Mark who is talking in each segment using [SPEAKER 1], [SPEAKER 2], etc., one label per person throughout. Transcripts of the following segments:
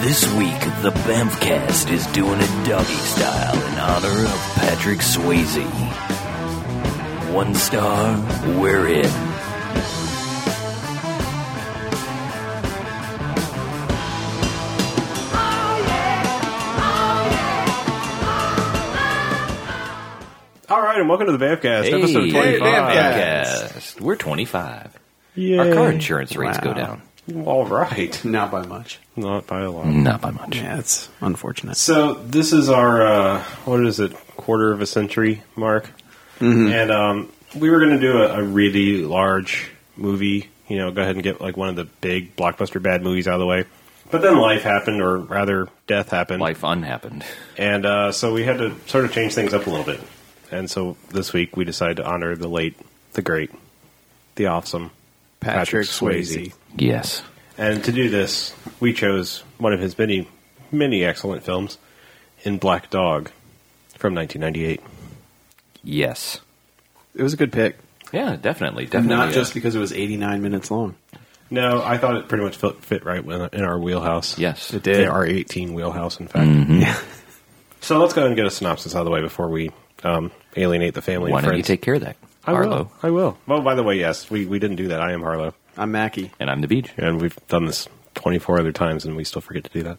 [SPEAKER 1] This week, the Bamfcast is doing it doggy style in honor of Patrick Swayze. One star, we're in.
[SPEAKER 2] All right, and welcome to the Bamcast, episode
[SPEAKER 1] Hey,
[SPEAKER 2] 25.
[SPEAKER 3] Bamfcast.
[SPEAKER 1] Bamfcast. We're 25.
[SPEAKER 2] Yay.
[SPEAKER 1] Our car insurance rates go
[SPEAKER 3] Wow.
[SPEAKER 1] down.
[SPEAKER 2] All right.
[SPEAKER 3] Not by much.
[SPEAKER 2] Not by a lot.
[SPEAKER 1] Not by much.
[SPEAKER 3] Yeah, it's unfortunate.
[SPEAKER 2] So this is our uh, what is it quarter of a century mark, and um, we were going to do a, a really large movie. You know, go ahead and get like one of the big blockbuster bad movies out of the way. But then life happened, or rather, death happened,
[SPEAKER 1] Life unhappened.
[SPEAKER 2] and uh, so we had to sort of change things up a little bit. And so this week we decided to honor the late, the great, the awesome
[SPEAKER 3] Patrick Swayze.
[SPEAKER 1] Yes.
[SPEAKER 2] And to do this, we chose one of his many, many excellent films in Black Dog from 1998.
[SPEAKER 1] Yes.
[SPEAKER 3] It was a good pick.
[SPEAKER 1] Yeah, definitely. Definitely.
[SPEAKER 3] Not
[SPEAKER 1] uh,
[SPEAKER 3] just because it was 89 minutes long.
[SPEAKER 2] No, I thought it pretty much fit, fit right with- in our wheelhouse.
[SPEAKER 1] Yes. It
[SPEAKER 3] did.
[SPEAKER 2] Our 18 wheelhouse, in fact.
[SPEAKER 1] Mm-hmm.
[SPEAKER 3] Yeah.
[SPEAKER 2] So let's go ahead and get a synopsis out of the way before we um, alienate the family
[SPEAKER 1] Why
[SPEAKER 2] and
[SPEAKER 1] don't
[SPEAKER 2] friends.
[SPEAKER 1] you take care of that?
[SPEAKER 2] I
[SPEAKER 1] Harlow.
[SPEAKER 2] will. I will. Oh, by the way, yes, we, we didn't do that. I am Harlow.
[SPEAKER 3] I'm Mackie.
[SPEAKER 1] And I'm the beach.
[SPEAKER 2] And we've done this 24 other times and we still forget to do that.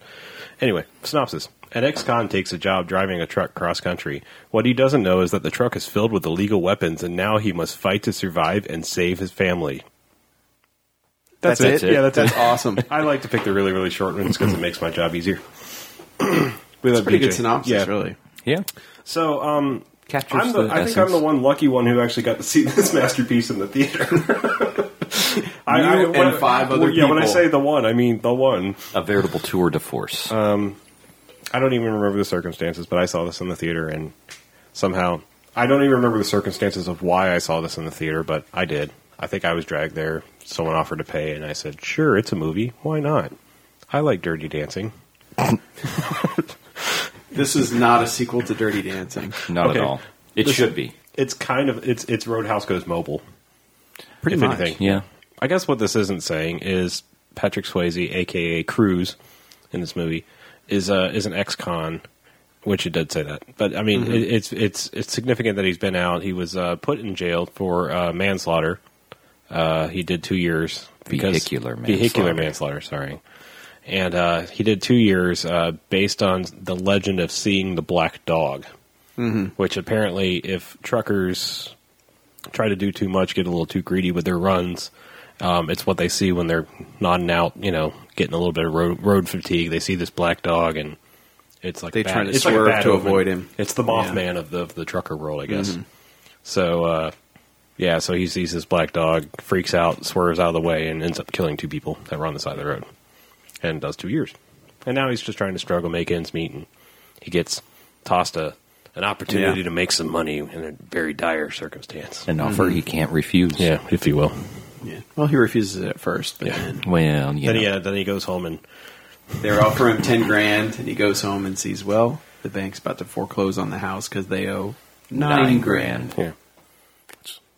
[SPEAKER 2] Anyway, synopsis. An ex con takes a job driving a truck cross country. What he doesn't know is that the truck is filled with illegal weapons and now he must fight to survive and save his family. That's,
[SPEAKER 3] That's
[SPEAKER 2] it.
[SPEAKER 3] it.
[SPEAKER 2] Yeah, that's,
[SPEAKER 3] That's
[SPEAKER 2] it.
[SPEAKER 3] awesome.
[SPEAKER 2] I like to pick the really, really short ones because it makes my job easier.
[SPEAKER 3] It's a pretty good synopsis,
[SPEAKER 2] Yeah.
[SPEAKER 3] really.
[SPEAKER 1] Yeah.
[SPEAKER 2] So, um,
[SPEAKER 1] Captures
[SPEAKER 2] I'm the,
[SPEAKER 1] the
[SPEAKER 2] I think I'm
[SPEAKER 1] essence.
[SPEAKER 2] the one lucky one who actually got to see this masterpiece in the theater. I,
[SPEAKER 3] You and five other
[SPEAKER 2] well, Yeah, when I
[SPEAKER 3] people.
[SPEAKER 2] say the one, I mean the one. Uh,
[SPEAKER 1] A veritable tour de force.
[SPEAKER 2] I don't even remember the circumstances, but I saw this in the theater, and somehow I don't even remember the circumstances of why I saw this in the theater, but I did. I think I was dragged there. Someone offered to pay, and I said, "Sure, it's a movie. Why not? I like Dirty Dancing."
[SPEAKER 3] This is not a sequel to Dirty Dancing.
[SPEAKER 1] Not
[SPEAKER 2] okay.
[SPEAKER 1] at all. It
[SPEAKER 2] Listen-
[SPEAKER 1] should be.
[SPEAKER 2] It's kind of it's it's Roadhouse goes mobile.
[SPEAKER 3] Pretty
[SPEAKER 2] If
[SPEAKER 3] much.
[SPEAKER 2] anything.
[SPEAKER 1] Yeah.
[SPEAKER 2] I guess what this isn't saying is Patrick Swayze, aka Cruz, in this movie, is uh, is an ex-con, which it did say that. But I mean, it, it's it's it's significant that he's been out. He was uh, put in jail for uh, manslaughter. Uh, he did two years
[SPEAKER 1] Vehicular
[SPEAKER 2] vehicular
[SPEAKER 1] manslaughter.
[SPEAKER 2] manslaughter. Sorry, and uh, he did two years uh, based on the legend of seeing the black dog, which apparently, if truckers try to do too much, get a little too greedy with their runs. Um, it's what they see when they're nodding out, you know, getting a little bit of road, road fatigue. They see this black dog, and it's like
[SPEAKER 3] They
[SPEAKER 2] bad-
[SPEAKER 3] try to
[SPEAKER 2] it's like a
[SPEAKER 3] swerve
[SPEAKER 2] bad
[SPEAKER 3] to
[SPEAKER 2] omen.
[SPEAKER 3] avoid him. Mm-hmm.
[SPEAKER 2] It's the Mothman of the of the trucker world, I guess. So, uh, yeah, so he sees this black dog, freaks out, swerves out of the way, and ends up killing two people that were on the side of the road, and does two years. And now he's just trying to struggle, make ends meet, and he gets tossed a an opportunity
[SPEAKER 3] Yeah.
[SPEAKER 2] to make some money in a very dire circumstance.
[SPEAKER 3] Mm-hmm.
[SPEAKER 1] An offer he can't refuse.
[SPEAKER 2] Yeah, if you will.
[SPEAKER 3] Yeah. Well, he refuses it at first, but
[SPEAKER 2] Yeah.
[SPEAKER 3] then
[SPEAKER 1] Well, you
[SPEAKER 2] Then
[SPEAKER 1] know.
[SPEAKER 2] he uh, then he goes home and
[SPEAKER 3] they offer him 10 grand, and he goes home and sees, well, the bank's about to foreclose on the house because they owe nine,
[SPEAKER 1] Nine
[SPEAKER 3] grand.
[SPEAKER 2] yeah.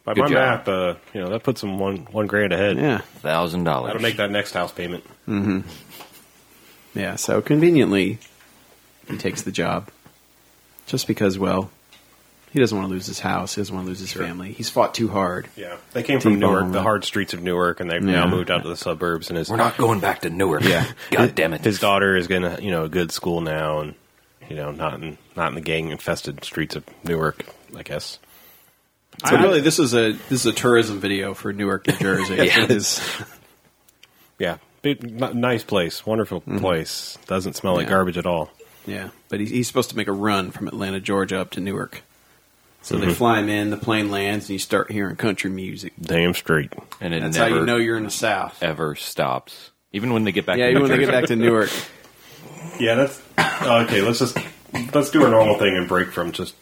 [SPEAKER 2] By
[SPEAKER 1] Good
[SPEAKER 2] my
[SPEAKER 1] job.
[SPEAKER 2] math, uh, you know that puts him one one grand ahead.
[SPEAKER 3] Yeah.
[SPEAKER 1] thousand dollars.
[SPEAKER 2] That'll make that next house payment.
[SPEAKER 3] Yeah, so conveniently, he takes the job. Just because, well, he doesn't want to lose his house. He doesn't want to lose his family. He's fought too hard.
[SPEAKER 2] Yeah, they came from
[SPEAKER 3] Team
[SPEAKER 2] Newark,
[SPEAKER 3] Ballmer.
[SPEAKER 2] the hard streets of Newark, and they've now
[SPEAKER 3] Yeah.
[SPEAKER 2] moved out to the suburbs. And his
[SPEAKER 1] We're not going back to Newark. Yeah. God damn it.
[SPEAKER 2] his daughter is going to you know a good school now, and you know not in not in the gang infested streets of Newark, I guess.
[SPEAKER 3] So really, this is a this is a tourism video for Newark, New Jersey.
[SPEAKER 1] Yeah.
[SPEAKER 3] It is-
[SPEAKER 2] Yeah, Big, n- nice place, wonderful place. Doesn't smell like
[SPEAKER 3] Yeah.
[SPEAKER 2] garbage at all.
[SPEAKER 3] yeah. But he's, he's supposed to make a run from Atlanta, Georgia, up to Newark. So
[SPEAKER 1] Mm-hmm.
[SPEAKER 3] they fly him in. The plane lands, and you start hearing country music.
[SPEAKER 2] Damn straight.
[SPEAKER 1] and it
[SPEAKER 3] That's
[SPEAKER 1] never
[SPEAKER 3] how you know you're in the South.
[SPEAKER 1] ever stops. Even when they get back
[SPEAKER 3] Yeah,
[SPEAKER 1] to
[SPEAKER 3] even
[SPEAKER 1] New
[SPEAKER 3] when they
[SPEAKER 1] Jersey.
[SPEAKER 3] get back to Newark,
[SPEAKER 2] Yeah, that's uh, okay. Let's just let's do a normal thing and break from just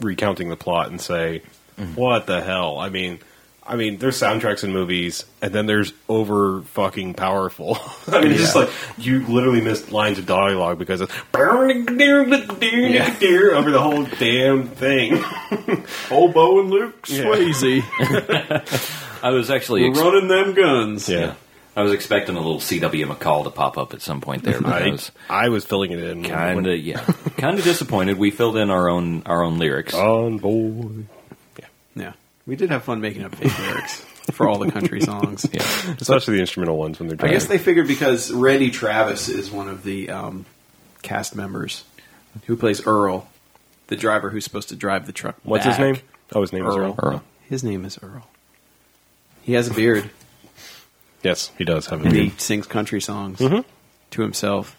[SPEAKER 2] recounting the plot and say,
[SPEAKER 3] Mm-hmm.
[SPEAKER 2] what the hell? I mean, I mean, there's soundtracks in movies, and then there's over fucking powerful. I mean, it's just
[SPEAKER 3] Yeah.
[SPEAKER 2] like you literally missed lines of dialogue because it's over the whole damn thing.
[SPEAKER 3] Oboe and Luke
[SPEAKER 2] Yeah.
[SPEAKER 3] Swayze
[SPEAKER 1] I was actually ex-
[SPEAKER 3] running them guns.
[SPEAKER 2] Yeah.
[SPEAKER 1] I
[SPEAKER 4] I was expecting a little C.W. McCall to pop up at some point there, but I
[SPEAKER 2] I,
[SPEAKER 4] was
[SPEAKER 2] I was filling it in.
[SPEAKER 4] kind of yeah, kind of disappointed. We filled in our own our own lyrics.
[SPEAKER 3] Oh.
[SPEAKER 2] on board.
[SPEAKER 3] Yeah. We did have fun making up fake lyrics for all the country songs.
[SPEAKER 4] Yeah.
[SPEAKER 2] Especially the instrumental ones when they're
[SPEAKER 3] I
[SPEAKER 2] driving.
[SPEAKER 3] guess they figured because Randy Travis is one of the um, cast members who plays Earl, the driver who's supposed to drive the truck.
[SPEAKER 2] What's his
[SPEAKER 3] back.
[SPEAKER 2] name? Oh, his name is
[SPEAKER 3] Earl.
[SPEAKER 2] Earl.
[SPEAKER 4] Earl.
[SPEAKER 3] His name is Earl. He has a beard
[SPEAKER 2] Yes, he does have a
[SPEAKER 3] and he
[SPEAKER 2] beard.
[SPEAKER 3] sings country songs to himself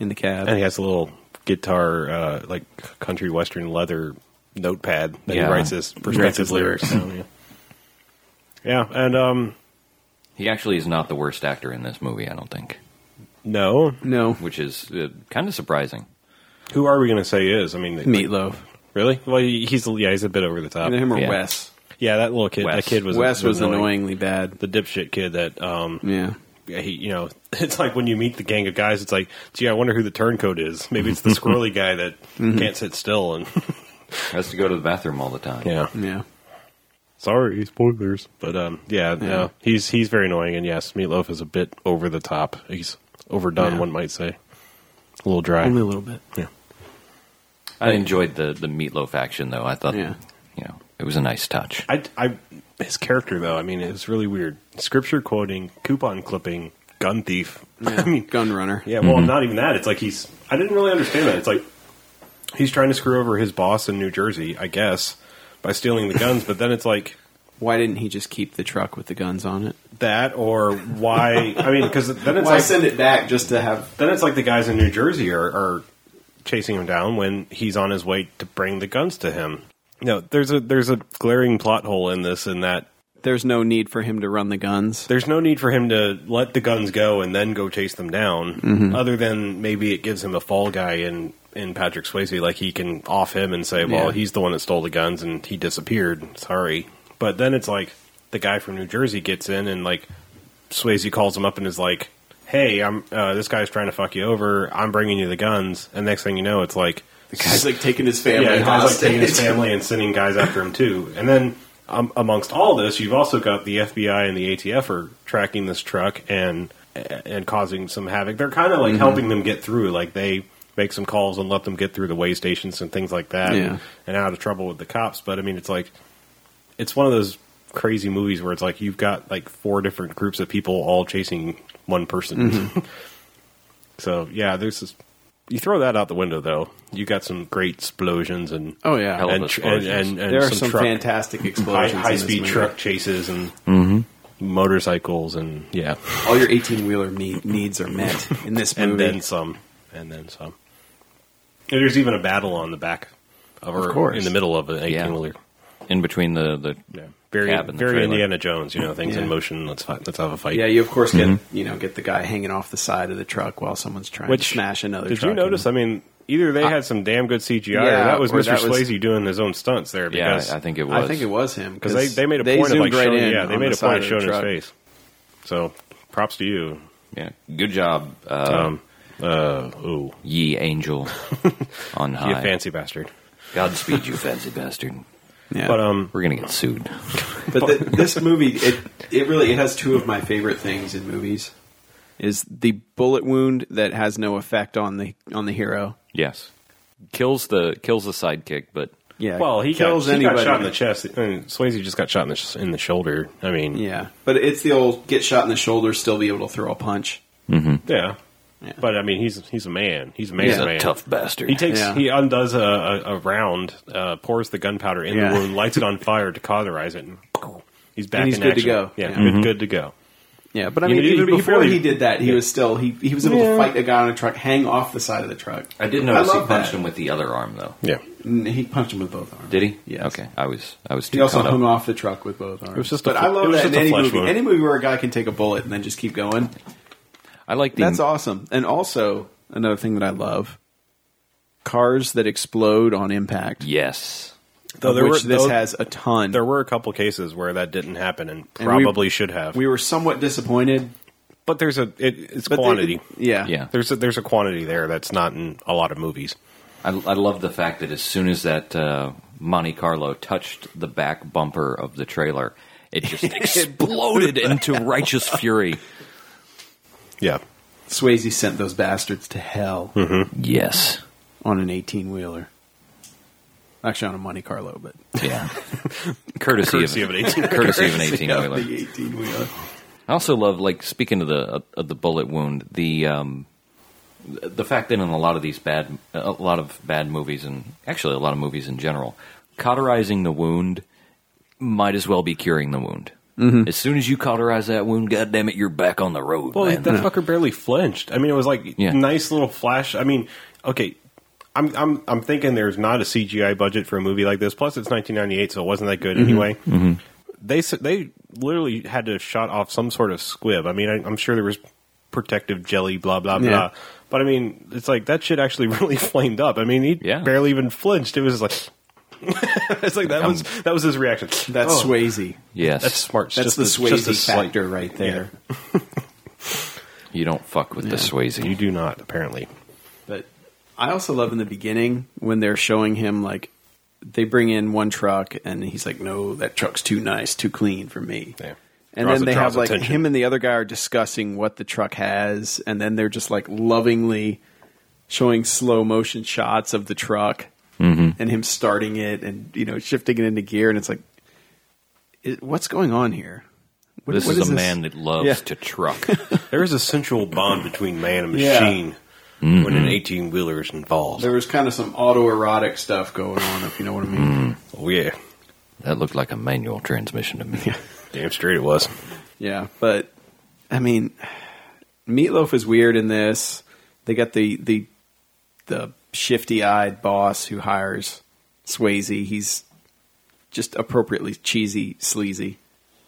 [SPEAKER 3] in the cab.
[SPEAKER 2] Mm-hmm. And he has a little guitar, uh, like country western leather notepad that
[SPEAKER 4] Yeah.
[SPEAKER 2] he writes his
[SPEAKER 3] writes
[SPEAKER 2] perspective
[SPEAKER 3] his
[SPEAKER 2] lyrics.
[SPEAKER 3] lyrics.
[SPEAKER 2] down, yeah. yeah, and um,
[SPEAKER 4] He actually is not the worst actor in this movie, I don't think,
[SPEAKER 2] no,
[SPEAKER 3] no,
[SPEAKER 4] which is uh, kind of surprising.
[SPEAKER 2] who are we going to say is? I mean,
[SPEAKER 3] Meatloaf.
[SPEAKER 2] really? Well, he- he's yeah, he's a bit over the top.
[SPEAKER 3] Either him or
[SPEAKER 4] yeah.
[SPEAKER 3] Wes.
[SPEAKER 2] Yeah, that little kid,
[SPEAKER 4] Wes.
[SPEAKER 2] that kid was
[SPEAKER 3] Wes was
[SPEAKER 2] annoying.
[SPEAKER 3] annoyingly bad.
[SPEAKER 2] The dipshit kid that um,
[SPEAKER 3] Yeah.
[SPEAKER 2] yeah, he, you know, it's like when you meet the gang of guys, it's like, gee, I wonder who the turncoat is. Maybe it's the squirrely guy that can't sit still. And
[SPEAKER 4] Has to go to the bathroom all the time.
[SPEAKER 2] yeah,
[SPEAKER 3] Yeah.
[SPEAKER 2] sorry, spoilers. But um, yeah,
[SPEAKER 3] Yeah.
[SPEAKER 2] no, he's he's very annoying. And yes, Meatloaf is a bit over the top. He's overdone,
[SPEAKER 3] Yeah.
[SPEAKER 2] one might say. A little dry.
[SPEAKER 3] Only a little bit.
[SPEAKER 2] yeah.
[SPEAKER 4] I enjoyed the the meatloaf action though. I thought,
[SPEAKER 3] Yeah.
[SPEAKER 4] you know, it was a nice touch.
[SPEAKER 2] I, I, his character though, I mean, it was really weird. Scripture quoting, coupon clipping, gun thief.
[SPEAKER 3] Yeah.
[SPEAKER 2] I mean,
[SPEAKER 3] Gun runner.
[SPEAKER 2] Yeah, well, not even that. It's like he's. I didn't really understand that. It's like he's trying to screw over his boss in New Jersey, I guess, by stealing the guns. But then it's like
[SPEAKER 3] Why didn't he just keep the truck with the guns on it?
[SPEAKER 2] that, or why? I mean, because then it's like
[SPEAKER 3] it back just to have
[SPEAKER 2] then it's like the guys in New Jersey are, are chasing him down when he's on his way to bring the guns to him. No, there's a there's a glaring plot hole in this, in that
[SPEAKER 3] there's no need for him to run the guns.
[SPEAKER 2] there's no need for him to let the guns go and then go chase them down. Other than maybe it gives him a fall guy in in Patrick Swayze, like he can off him and say, "Well,
[SPEAKER 3] Yeah.
[SPEAKER 2] he's the one that stole the guns and he disappeared." Sorry, but then it's like the guy from New Jersey gets in and like Swayze calls him up and is like, "Hey, I'm uh, this guy's trying to fuck you over. I'm bringing you the guns." And next thing you know, it's like
[SPEAKER 3] The guy's like taking his family
[SPEAKER 2] yeah, the guy's like taking his family and sending guys after him too. And then um, amongst all this, you've also got the FBI and the ATF are tracking this truck and and causing some havoc. They're kind of
[SPEAKER 3] Mm-hmm.
[SPEAKER 2] like helping them get through. Like they make some calls and let them get through the way stations and things like that,
[SPEAKER 3] Yeah.
[SPEAKER 2] and out of trouble with the cops. But I mean, it's like it's one of those crazy movies where it's like you've got like four different groups of people all chasing one person.
[SPEAKER 3] Mm-hmm.
[SPEAKER 2] so yeah, there's this. You throw that out the window though. You got some great explosions and
[SPEAKER 3] Oh yeah,
[SPEAKER 4] Hell,
[SPEAKER 2] and,
[SPEAKER 4] of
[SPEAKER 2] tr- and,
[SPEAKER 4] explosions.
[SPEAKER 2] and, and
[SPEAKER 3] there are some
[SPEAKER 2] truck-
[SPEAKER 3] fantastic
[SPEAKER 2] high,
[SPEAKER 3] explosions. in
[SPEAKER 2] high
[SPEAKER 3] this
[SPEAKER 2] speed
[SPEAKER 3] movie.
[SPEAKER 2] truck chases and
[SPEAKER 4] Mm-hmm.
[SPEAKER 2] motorcycles and yeah,
[SPEAKER 3] All your eighteen wheeler need, needs are met in this movie.
[SPEAKER 2] and then some, and then some. And there's even a battle on the back of,
[SPEAKER 3] Of
[SPEAKER 2] or
[SPEAKER 3] course.
[SPEAKER 2] in the middle of an
[SPEAKER 4] Yeah.
[SPEAKER 2] eighteen wheeler.
[SPEAKER 4] In between the the
[SPEAKER 2] Very,
[SPEAKER 4] cab and the
[SPEAKER 2] very
[SPEAKER 4] trailer.
[SPEAKER 2] Indiana Jones, you know, things
[SPEAKER 3] Yeah.
[SPEAKER 2] in motion. Let's fight, let's have a fight.
[SPEAKER 3] yeah, you of course get you know get the guy hanging off the side of the truck while someone's trying
[SPEAKER 2] Mm-hmm. Which
[SPEAKER 3] to smash another.
[SPEAKER 2] Did
[SPEAKER 3] truck
[SPEAKER 2] you notice? I mean, either they had some damn good CGI, or
[SPEAKER 3] Yeah,
[SPEAKER 2] that was
[SPEAKER 3] or
[SPEAKER 2] Mr.
[SPEAKER 3] that was-
[SPEAKER 2] Swayze doing his own stunts there.
[SPEAKER 4] Yeah,
[SPEAKER 2] Because
[SPEAKER 4] I, I think it
[SPEAKER 3] And
[SPEAKER 4] was.
[SPEAKER 3] I think it was him
[SPEAKER 2] because they, they made a point of
[SPEAKER 3] zoomed
[SPEAKER 2] like
[SPEAKER 3] right
[SPEAKER 2] showing,
[SPEAKER 3] in
[SPEAKER 2] yeah, they
[SPEAKER 3] on
[SPEAKER 2] made
[SPEAKER 3] the
[SPEAKER 2] a point
[SPEAKER 3] side
[SPEAKER 2] of
[SPEAKER 3] the
[SPEAKER 2] showing his
[SPEAKER 3] truck.
[SPEAKER 2] face. So, props to you.
[SPEAKER 4] Yeah. Good job, uh,
[SPEAKER 2] Um, uh, ooh,
[SPEAKER 4] ye angel on
[SPEAKER 2] you
[SPEAKER 4] high.
[SPEAKER 2] fancy bastard.
[SPEAKER 4] Godspeed, you fancy bastard.
[SPEAKER 3] Yeah.
[SPEAKER 2] But um,
[SPEAKER 4] We're gonna get sued.
[SPEAKER 3] but th this movie it it really it has two of my favorite things in movies is the bullet wound that has no effect on the on the hero
[SPEAKER 4] Yes. Kills the kills the sidekick, but
[SPEAKER 3] yeah
[SPEAKER 2] well, he
[SPEAKER 3] kills
[SPEAKER 2] got, he
[SPEAKER 3] anybody
[SPEAKER 2] got shot in the chest. And Swayze just got shot in the sh- in the shoulder. I mean,
[SPEAKER 3] yeah but it's the old get shot in the shoulder still be able to throw a punch
[SPEAKER 2] yeah.
[SPEAKER 3] Yeah.
[SPEAKER 2] But I mean, he's he's a man. He's a man.
[SPEAKER 3] He's a
[SPEAKER 2] man.
[SPEAKER 4] tough bastard.
[SPEAKER 2] He takes
[SPEAKER 3] Yeah.
[SPEAKER 2] he undoes a, a, a round, uh, pours the gunpowder in
[SPEAKER 3] Yeah.
[SPEAKER 2] the wound, lights it on fire to cauterize it, and he's back.
[SPEAKER 3] And he's
[SPEAKER 2] in
[SPEAKER 3] good to
[SPEAKER 2] action.
[SPEAKER 3] go.
[SPEAKER 2] Yeah,
[SPEAKER 3] Yeah. Mm-hmm.
[SPEAKER 2] Good, good to go.
[SPEAKER 3] yeah but i
[SPEAKER 2] Yeah,
[SPEAKER 3] mean
[SPEAKER 2] but
[SPEAKER 3] even
[SPEAKER 2] he- he
[SPEAKER 3] before
[SPEAKER 2] barely-
[SPEAKER 3] he did that he
[SPEAKER 2] yeah.
[SPEAKER 3] was still he, he was able to
[SPEAKER 2] Yeah.
[SPEAKER 3] fight a guy on a truck hang off the side of the truck
[SPEAKER 4] I did notice he
[SPEAKER 3] love
[SPEAKER 4] punched
[SPEAKER 3] that.
[SPEAKER 4] him with the other arm though.
[SPEAKER 2] Yeah,
[SPEAKER 3] N- he punched him with both arms
[SPEAKER 4] Did he?
[SPEAKER 3] Yes.
[SPEAKER 4] Okay. I was I was too
[SPEAKER 3] he also
[SPEAKER 4] caught up.
[SPEAKER 3] hung off the truck with both arms. It
[SPEAKER 2] was just a
[SPEAKER 3] but
[SPEAKER 2] fl-
[SPEAKER 3] I love
[SPEAKER 2] it was
[SPEAKER 3] that in
[SPEAKER 2] just a
[SPEAKER 3] any
[SPEAKER 2] flesh
[SPEAKER 3] movie.
[SPEAKER 2] wound.
[SPEAKER 3] Any movie where a guy can take a bullet and then just keep going.
[SPEAKER 4] I like the
[SPEAKER 3] That's awesome. And also another thing that I love: cars that explode on impact.
[SPEAKER 4] Yes.
[SPEAKER 2] though
[SPEAKER 3] of
[SPEAKER 2] there
[SPEAKER 3] which
[SPEAKER 2] were
[SPEAKER 3] this
[SPEAKER 2] though-
[SPEAKER 3] has a ton.
[SPEAKER 2] there were a couple cases where that didn't happen, and
[SPEAKER 3] And we-
[SPEAKER 2] probably should have.
[SPEAKER 3] we were somewhat disappointed,
[SPEAKER 2] but there's a it, it's
[SPEAKER 3] but they-
[SPEAKER 2] quantity.
[SPEAKER 3] yeah,
[SPEAKER 4] Yeah.
[SPEAKER 2] There's a, there's a quantity there that's not in a lot of movies.
[SPEAKER 4] I, I love the fact that as soon as that uh, Monte Carlo touched the back bumper of the trailer, it just exploded into righteous fury.
[SPEAKER 2] Yeah.
[SPEAKER 3] Swayze sent those bastards to hell
[SPEAKER 2] Mm-hmm.
[SPEAKER 1] Yes.
[SPEAKER 3] on an eighteen wheeler. Actually, on a Monte Carlo, but
[SPEAKER 1] Yeah.
[SPEAKER 4] Courtesy,
[SPEAKER 2] Courtesy
[SPEAKER 4] of,
[SPEAKER 2] of an 18
[SPEAKER 4] courtesy of an eighteen
[SPEAKER 3] Yeah,
[SPEAKER 4] wheeler.
[SPEAKER 3] the eighteen wheeler.
[SPEAKER 4] I also love, like, speaking of the uh, of the bullet wound, the um, the fact that in a lot of these bad, a lot of bad movies, and actually a lot of movies in general, cauterizing the wound might as well be curing the wound. As soon as you cauterize that wound, goddamn it, you're back on the road,
[SPEAKER 2] Well,
[SPEAKER 4] man.
[SPEAKER 2] that fucker barely flinched. I mean, it was like
[SPEAKER 4] Yeah.
[SPEAKER 2] nice little flash. I mean, okay, I'm I'm I'm thinking there's not a CGI budget for a movie like this. Plus, it's 1998, so it wasn't that good anyway. They s- they literally had to have shot off some sort of squib. I mean, I, I'm sure there was protective jelly, blah blah
[SPEAKER 3] Yeah.
[SPEAKER 2] blah. But I mean, it's like that shit actually really flamed up. I mean, he
[SPEAKER 4] Yeah.
[SPEAKER 2] barely even flinched. It was like it's like that was that was his reaction.
[SPEAKER 3] That's
[SPEAKER 2] Oh,
[SPEAKER 3] Swayze.
[SPEAKER 4] yes,
[SPEAKER 2] That's smart.
[SPEAKER 3] That's
[SPEAKER 2] Just
[SPEAKER 3] the
[SPEAKER 2] a- just a
[SPEAKER 3] Swayze
[SPEAKER 2] slight-
[SPEAKER 3] factor right there.
[SPEAKER 4] you don't fuck with the Swayze.
[SPEAKER 2] You do not apparently.
[SPEAKER 3] But I also love in the beginning when they're showing him like they bring in one truck and he's like, "No, that truck's too nice, too clean for me."
[SPEAKER 2] Yeah.
[SPEAKER 3] And
[SPEAKER 2] Draws-
[SPEAKER 3] then they
[SPEAKER 2] draws
[SPEAKER 3] have like
[SPEAKER 2] attention.
[SPEAKER 3] him and the other guy are discussing what the truck has, and then they're just like lovingly showing slow motion shots of the truck
[SPEAKER 4] Mm-hmm.
[SPEAKER 3] and him starting it and you know shifting it into gear, and it's like, it, what's going on here? What-
[SPEAKER 4] this
[SPEAKER 3] what
[SPEAKER 4] is a man that loves
[SPEAKER 3] Yeah.
[SPEAKER 4] to truck.
[SPEAKER 2] There is a sensual bond between man and
[SPEAKER 3] Yeah. Mm-hmm.
[SPEAKER 2] machine when an 18 wheeler is involved.
[SPEAKER 3] There was kind of some autoerotic stuff going on, if you know what I mean.
[SPEAKER 2] Oh, yeah.
[SPEAKER 4] that looked like a manual transmission to me.
[SPEAKER 2] Damn straight it was.
[SPEAKER 3] Yeah, but I mean, Meatloaf is weird in this. They got the the the shifty-eyed boss who hires Swayze. He's just appropriately cheesy, sleazy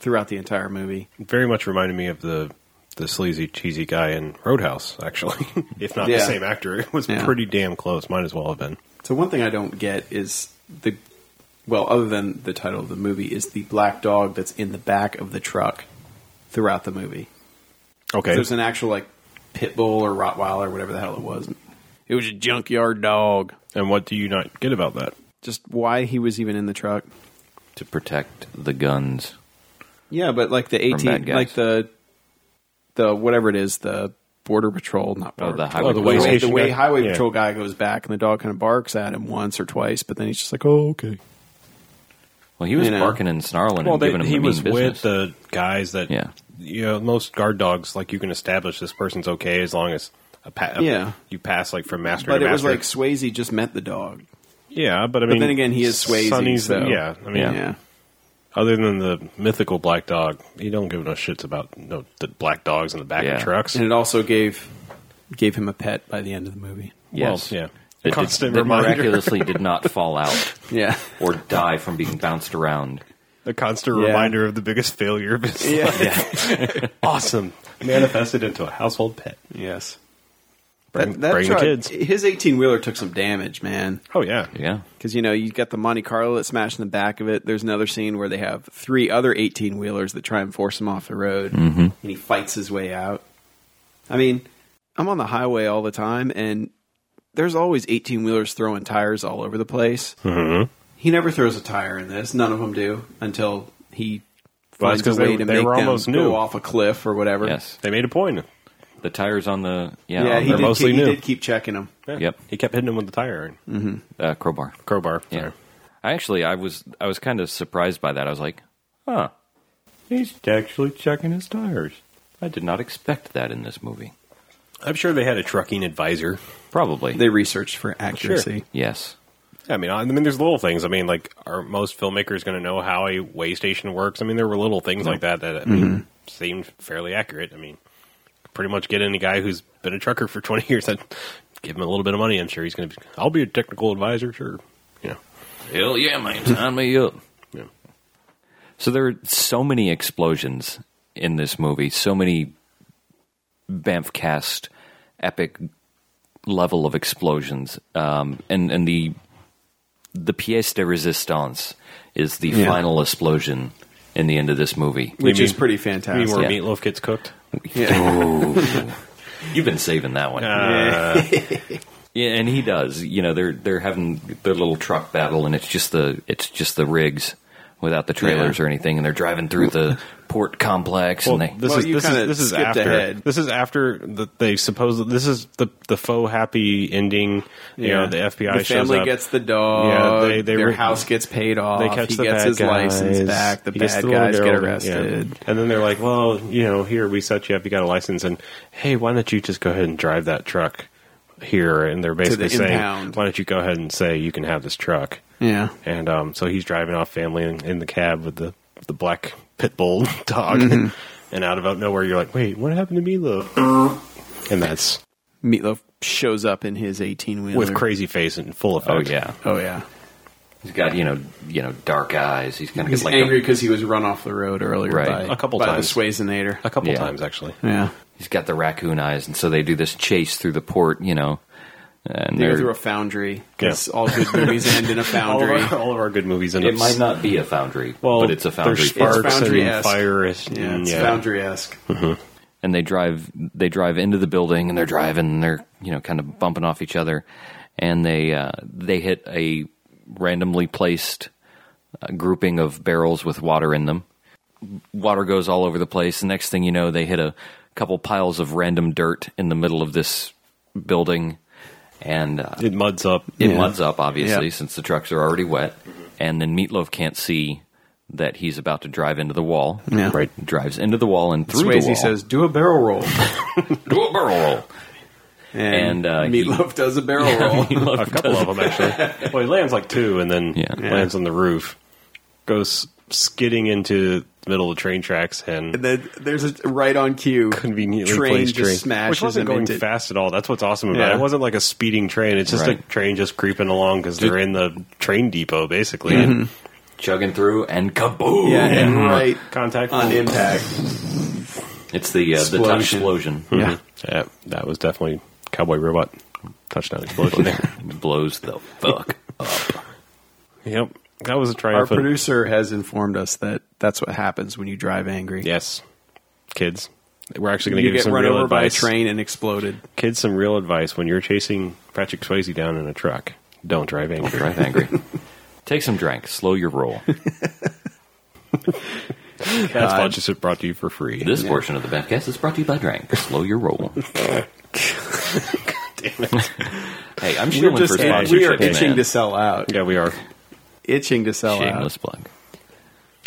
[SPEAKER 3] throughout the entire movie.
[SPEAKER 2] Very much reminded me of the the sleazy, cheesy guy in Roadhouse, actually. if not the
[SPEAKER 3] Yeah.
[SPEAKER 2] same actor, it was
[SPEAKER 3] Yeah.
[SPEAKER 2] pretty damn close. Might as well have been.
[SPEAKER 3] So one thing I don't get is the well, other than the title of the movie, is the black dog that's in the back of the truck throughout the movie.
[SPEAKER 2] Okay.
[SPEAKER 3] There's an actual like pit bull or Rottweiler, or whatever the hell it was. It was a junkyard dog.
[SPEAKER 2] and what do you not get about that?
[SPEAKER 3] just why he was even in the truck.
[SPEAKER 4] to protect the guns.
[SPEAKER 3] Yeah, but like the
[SPEAKER 4] bad
[SPEAKER 3] eighteen,
[SPEAKER 4] guys.
[SPEAKER 3] like the the whatever it is, the border patrol, not
[SPEAKER 4] Oh,
[SPEAKER 3] border
[SPEAKER 4] the
[SPEAKER 3] patrol.
[SPEAKER 4] highway.
[SPEAKER 2] Oh, the way
[SPEAKER 4] patrol.
[SPEAKER 2] station
[SPEAKER 3] the way
[SPEAKER 2] guy?
[SPEAKER 3] highway
[SPEAKER 2] Yeah.
[SPEAKER 3] patrol guy goes back, and the dog kind of barks at him once or twice, but then he's just like, "Oh, okay."
[SPEAKER 4] Well, he was
[SPEAKER 3] You know.
[SPEAKER 4] barking and snarling
[SPEAKER 2] Well,
[SPEAKER 4] and
[SPEAKER 2] they,
[SPEAKER 4] giving him
[SPEAKER 2] he
[SPEAKER 4] the
[SPEAKER 2] was
[SPEAKER 4] mean business.
[SPEAKER 2] with the guys that,
[SPEAKER 4] Yeah.
[SPEAKER 2] you know, most guard dogs, like, you can establish this person's okay as long as a pa- a-
[SPEAKER 3] Yeah.
[SPEAKER 2] you pass, like, from master
[SPEAKER 3] But
[SPEAKER 2] to
[SPEAKER 3] it was
[SPEAKER 2] master.
[SPEAKER 3] like Swayze just met the dog.
[SPEAKER 2] yeah, but I mean.
[SPEAKER 3] then again, he is Swayze,
[SPEAKER 2] Sonny's the-
[SPEAKER 3] so-
[SPEAKER 2] yeah, I mean,
[SPEAKER 4] Yeah.
[SPEAKER 3] yeah.
[SPEAKER 2] other than the mythical black dog, you don't give no shits about no the black dogs in the back
[SPEAKER 4] Yeah.
[SPEAKER 2] of trucks.
[SPEAKER 3] and it also gave gave him a pet by the end of the movie.
[SPEAKER 4] yes.
[SPEAKER 2] Well, yeah.
[SPEAKER 4] That,
[SPEAKER 2] Constant
[SPEAKER 4] that
[SPEAKER 2] reminder.
[SPEAKER 4] miraculously did not fall out
[SPEAKER 3] Yeah,
[SPEAKER 4] or die from being bounced around.
[SPEAKER 2] A constant
[SPEAKER 3] Yeah.
[SPEAKER 2] reminder of the biggest failure of his
[SPEAKER 3] Yeah.
[SPEAKER 2] life. awesome. Manifested into a household pet.
[SPEAKER 3] yes.
[SPEAKER 2] Bring, bring
[SPEAKER 3] truck-
[SPEAKER 2] the kids.
[SPEAKER 3] His eighteen wheeler took some damage, man.
[SPEAKER 2] Oh yeah.
[SPEAKER 4] Yeah.
[SPEAKER 3] Because you know you got the Monte Carlo that smashed in the back of it. There's another scene where they have three other 18 wheelers that try and force him off the road,
[SPEAKER 2] Mm-hmm.
[SPEAKER 3] and he fights his way out. I mean, I'm on the highway all the time, and there's always 18 wheelers throwing tires all over the place. Mm-hmm. He never throws a tire in this. None of them do until he
[SPEAKER 2] Well, that's
[SPEAKER 3] finds a
[SPEAKER 2] 'cause they-
[SPEAKER 3] way to
[SPEAKER 2] they
[SPEAKER 3] make
[SPEAKER 2] were
[SPEAKER 3] them
[SPEAKER 2] almost new.
[SPEAKER 3] go off a cliff or whatever.
[SPEAKER 4] Yes.
[SPEAKER 2] They made a point.
[SPEAKER 4] The tires on the yeah.
[SPEAKER 3] Yeah,
[SPEAKER 4] on
[SPEAKER 3] he
[SPEAKER 4] the,
[SPEAKER 3] did,
[SPEAKER 2] mostly
[SPEAKER 3] keep, he
[SPEAKER 2] new.
[SPEAKER 3] did keep checking them.
[SPEAKER 4] Yep.
[SPEAKER 2] He kept hitting him with the tire iron.
[SPEAKER 4] uh, crowbar.
[SPEAKER 2] Crowbar.
[SPEAKER 4] Yeah.
[SPEAKER 2] Sorry.
[SPEAKER 4] I actually I was I was kind of surprised by that. I was like, huh. He's actually checking his tires. I did not expect that in this movie.
[SPEAKER 2] I'm sure they had a trucking advisor.
[SPEAKER 4] Probably.
[SPEAKER 3] They researched for accuracy.
[SPEAKER 4] yes.
[SPEAKER 2] Yeah, I mean, I I mean, there's little things. I mean, like, are most filmmakers going to know how a way station works? I mean, there were little things like that that I mean, seemed fairly accurate. I mean, pretty much get any guy who's been a trucker for 20 years and give him a little bit of money. I'm sure he's going to be, I'll be a technical advisor, sure. You know,
[SPEAKER 4] Hell yeah, man. Sign me up.
[SPEAKER 2] Yeah.
[SPEAKER 4] So there are so many explosions in this movie, so many Banffcast epic level of explosions. Um, and, and the the pièce de résistance is the
[SPEAKER 3] Yeah.
[SPEAKER 4] final explosion in the end of this movie.
[SPEAKER 3] Which
[SPEAKER 2] You
[SPEAKER 3] is
[SPEAKER 2] mean-
[SPEAKER 3] pretty
[SPEAKER 2] I mean,
[SPEAKER 3] fantastic.
[SPEAKER 2] where
[SPEAKER 4] yeah.
[SPEAKER 2] meatloaf gets cooked.
[SPEAKER 3] Yeah.
[SPEAKER 4] You've been saving that one.
[SPEAKER 2] Uh,
[SPEAKER 4] Yeah, and he does. You know, they're they're having their little truck battle, and it's just the it's just the rigs without the trailers
[SPEAKER 3] Yeah.
[SPEAKER 4] or anything, and they're driving through the port complex,
[SPEAKER 2] Well,
[SPEAKER 4] and they
[SPEAKER 2] this
[SPEAKER 3] Well,
[SPEAKER 2] is
[SPEAKER 3] you
[SPEAKER 2] this
[SPEAKER 3] kinda
[SPEAKER 2] is this is
[SPEAKER 3] skipped
[SPEAKER 2] after
[SPEAKER 3] ahead.
[SPEAKER 2] this is after that they supposedly this is the the faux happy ending. You know, the FBI
[SPEAKER 3] the
[SPEAKER 2] shows
[SPEAKER 3] family
[SPEAKER 2] up.
[SPEAKER 3] gets the dog.
[SPEAKER 2] Yeah, they- they
[SPEAKER 3] their
[SPEAKER 2] re-
[SPEAKER 3] house gets paid off.
[SPEAKER 2] they catch
[SPEAKER 3] he
[SPEAKER 2] the
[SPEAKER 3] gets
[SPEAKER 2] bad
[SPEAKER 3] his
[SPEAKER 2] guys.
[SPEAKER 3] license back. The
[SPEAKER 2] He gets
[SPEAKER 3] bad
[SPEAKER 2] little
[SPEAKER 3] guys get
[SPEAKER 2] girl, yeah.
[SPEAKER 3] arrested.
[SPEAKER 2] and then they're like, "Well, you know, here we set you up. You got a license, and hey, why don't you just go ahead and drive that truck here?" And they're basically saying,
[SPEAKER 3] impound.
[SPEAKER 2] "Why don't you go ahead and say you can have this truck?"
[SPEAKER 3] Yeah.
[SPEAKER 2] And um, so he's driving off family in, in the cab with the, the black pit bull dog.
[SPEAKER 3] Mm-hmm.
[SPEAKER 2] And out of out nowhere, you're like, wait, what happened to Meatloaf? and that's
[SPEAKER 3] Meatloaf shows up in his eighteen wheeler
[SPEAKER 2] with crazy face and full
[SPEAKER 4] oh
[SPEAKER 2] effect.
[SPEAKER 4] yeah,
[SPEAKER 3] Oh yeah,
[SPEAKER 4] he's got you know you know dark eyes. He's kind of
[SPEAKER 3] he's
[SPEAKER 4] like the-
[SPEAKER 3] angry because he was run off the road earlier
[SPEAKER 4] Right.
[SPEAKER 3] by
[SPEAKER 2] A couple
[SPEAKER 3] by
[SPEAKER 2] times.
[SPEAKER 3] the Swayzenator.
[SPEAKER 2] A couple
[SPEAKER 4] Yeah.
[SPEAKER 2] times, actually.
[SPEAKER 3] Yeah,
[SPEAKER 4] he's got the raccoon eyes, and so they do this chase through the port, you know, and
[SPEAKER 3] they go
[SPEAKER 4] they're,
[SPEAKER 3] through a foundry because
[SPEAKER 2] Yeah.
[SPEAKER 3] all good movies end in
[SPEAKER 2] All
[SPEAKER 3] a
[SPEAKER 2] of,
[SPEAKER 3] foundry.
[SPEAKER 2] our, all of our good movies end
[SPEAKER 4] it
[SPEAKER 2] up-
[SPEAKER 4] might not be a foundry,
[SPEAKER 2] Well,
[SPEAKER 4] but it's a foundry.
[SPEAKER 2] There's
[SPEAKER 4] port.
[SPEAKER 2] sparks and
[SPEAKER 3] foundry-esque.
[SPEAKER 2] fire.
[SPEAKER 3] Yeah,
[SPEAKER 2] and,
[SPEAKER 3] it's
[SPEAKER 2] yeah.
[SPEAKER 3] foundry esque.
[SPEAKER 4] and they drive they drive into the building and they're driving and they're you know kind of bumping off each other and they uh, they hit a randomly placed uh, grouping of barrels with water in them water goes all over the place the next thing you know they hit a couple piles of random dirt in the middle of this building and uh,
[SPEAKER 2] It muds up.
[SPEAKER 4] it
[SPEAKER 3] Yeah.
[SPEAKER 4] muds up obviously
[SPEAKER 3] Yeah.
[SPEAKER 4] since the trucks are already wet and then meatloaf can't see that he's about to drive into the wall
[SPEAKER 3] Yeah.
[SPEAKER 2] Right.
[SPEAKER 4] drives into the wall and through the wall
[SPEAKER 3] Swayze says, "Do a barrel roll,"
[SPEAKER 4] do a barrel roll
[SPEAKER 3] and,
[SPEAKER 4] And, uh, he-
[SPEAKER 3] Meatloaf does a barrel roll.
[SPEAKER 2] A couple of them, actually. Well, he lands like two and then
[SPEAKER 4] Yeah. Yeah.
[SPEAKER 2] lands on the roof, goes skidding into the middle of the train tracks, and
[SPEAKER 3] And then there's a right on cue
[SPEAKER 2] conveniently
[SPEAKER 3] train
[SPEAKER 2] placed
[SPEAKER 3] just
[SPEAKER 2] train,
[SPEAKER 3] smashes
[SPEAKER 2] which wasn't
[SPEAKER 3] him
[SPEAKER 2] going
[SPEAKER 3] into-
[SPEAKER 2] fast at all. That's what's awesome about
[SPEAKER 3] Yeah.
[SPEAKER 2] it. It wasn't like a speeding train. It's just a
[SPEAKER 4] Right.
[SPEAKER 2] train just creeping along because they're in the train depot, basically.
[SPEAKER 4] Mm-hmm.
[SPEAKER 2] And
[SPEAKER 4] chugging through and kaboom!
[SPEAKER 3] Yeah, and right
[SPEAKER 2] Contact Mm-hmm.
[SPEAKER 3] on impact.
[SPEAKER 4] It's the uh, the touch explosion.
[SPEAKER 3] Yeah.
[SPEAKER 2] Yeah, that was definitely Cowboy Robot touchdown explosion there.
[SPEAKER 4] It blows the fuck.
[SPEAKER 2] yep, that was a
[SPEAKER 3] Our
[SPEAKER 2] triumphant.
[SPEAKER 3] producer has informed us that that's what happens when you drive angry.
[SPEAKER 2] yes, kids, we're actually going to
[SPEAKER 3] You
[SPEAKER 2] give you
[SPEAKER 3] get
[SPEAKER 2] some
[SPEAKER 3] run
[SPEAKER 2] real
[SPEAKER 3] over by a
[SPEAKER 2] advice.
[SPEAKER 3] train and exploded.
[SPEAKER 2] Kids, some real advice when you're chasing Patrick Swayze down in a truck. Don't drive angry.
[SPEAKER 4] Drive angry. Take some drinks. Slow your roll.
[SPEAKER 2] That's sponsorship brought to you for free.
[SPEAKER 4] This portion of the Bentcast is brought to you by Drank. Slow your roll.
[SPEAKER 2] Damn it.
[SPEAKER 4] Hey, I'm shilling for sponsorships.
[SPEAKER 3] we are itching
[SPEAKER 4] man.
[SPEAKER 3] to sell out.
[SPEAKER 2] yeah, we are.
[SPEAKER 3] Itching to sell
[SPEAKER 4] Shameless
[SPEAKER 3] out.
[SPEAKER 4] plug.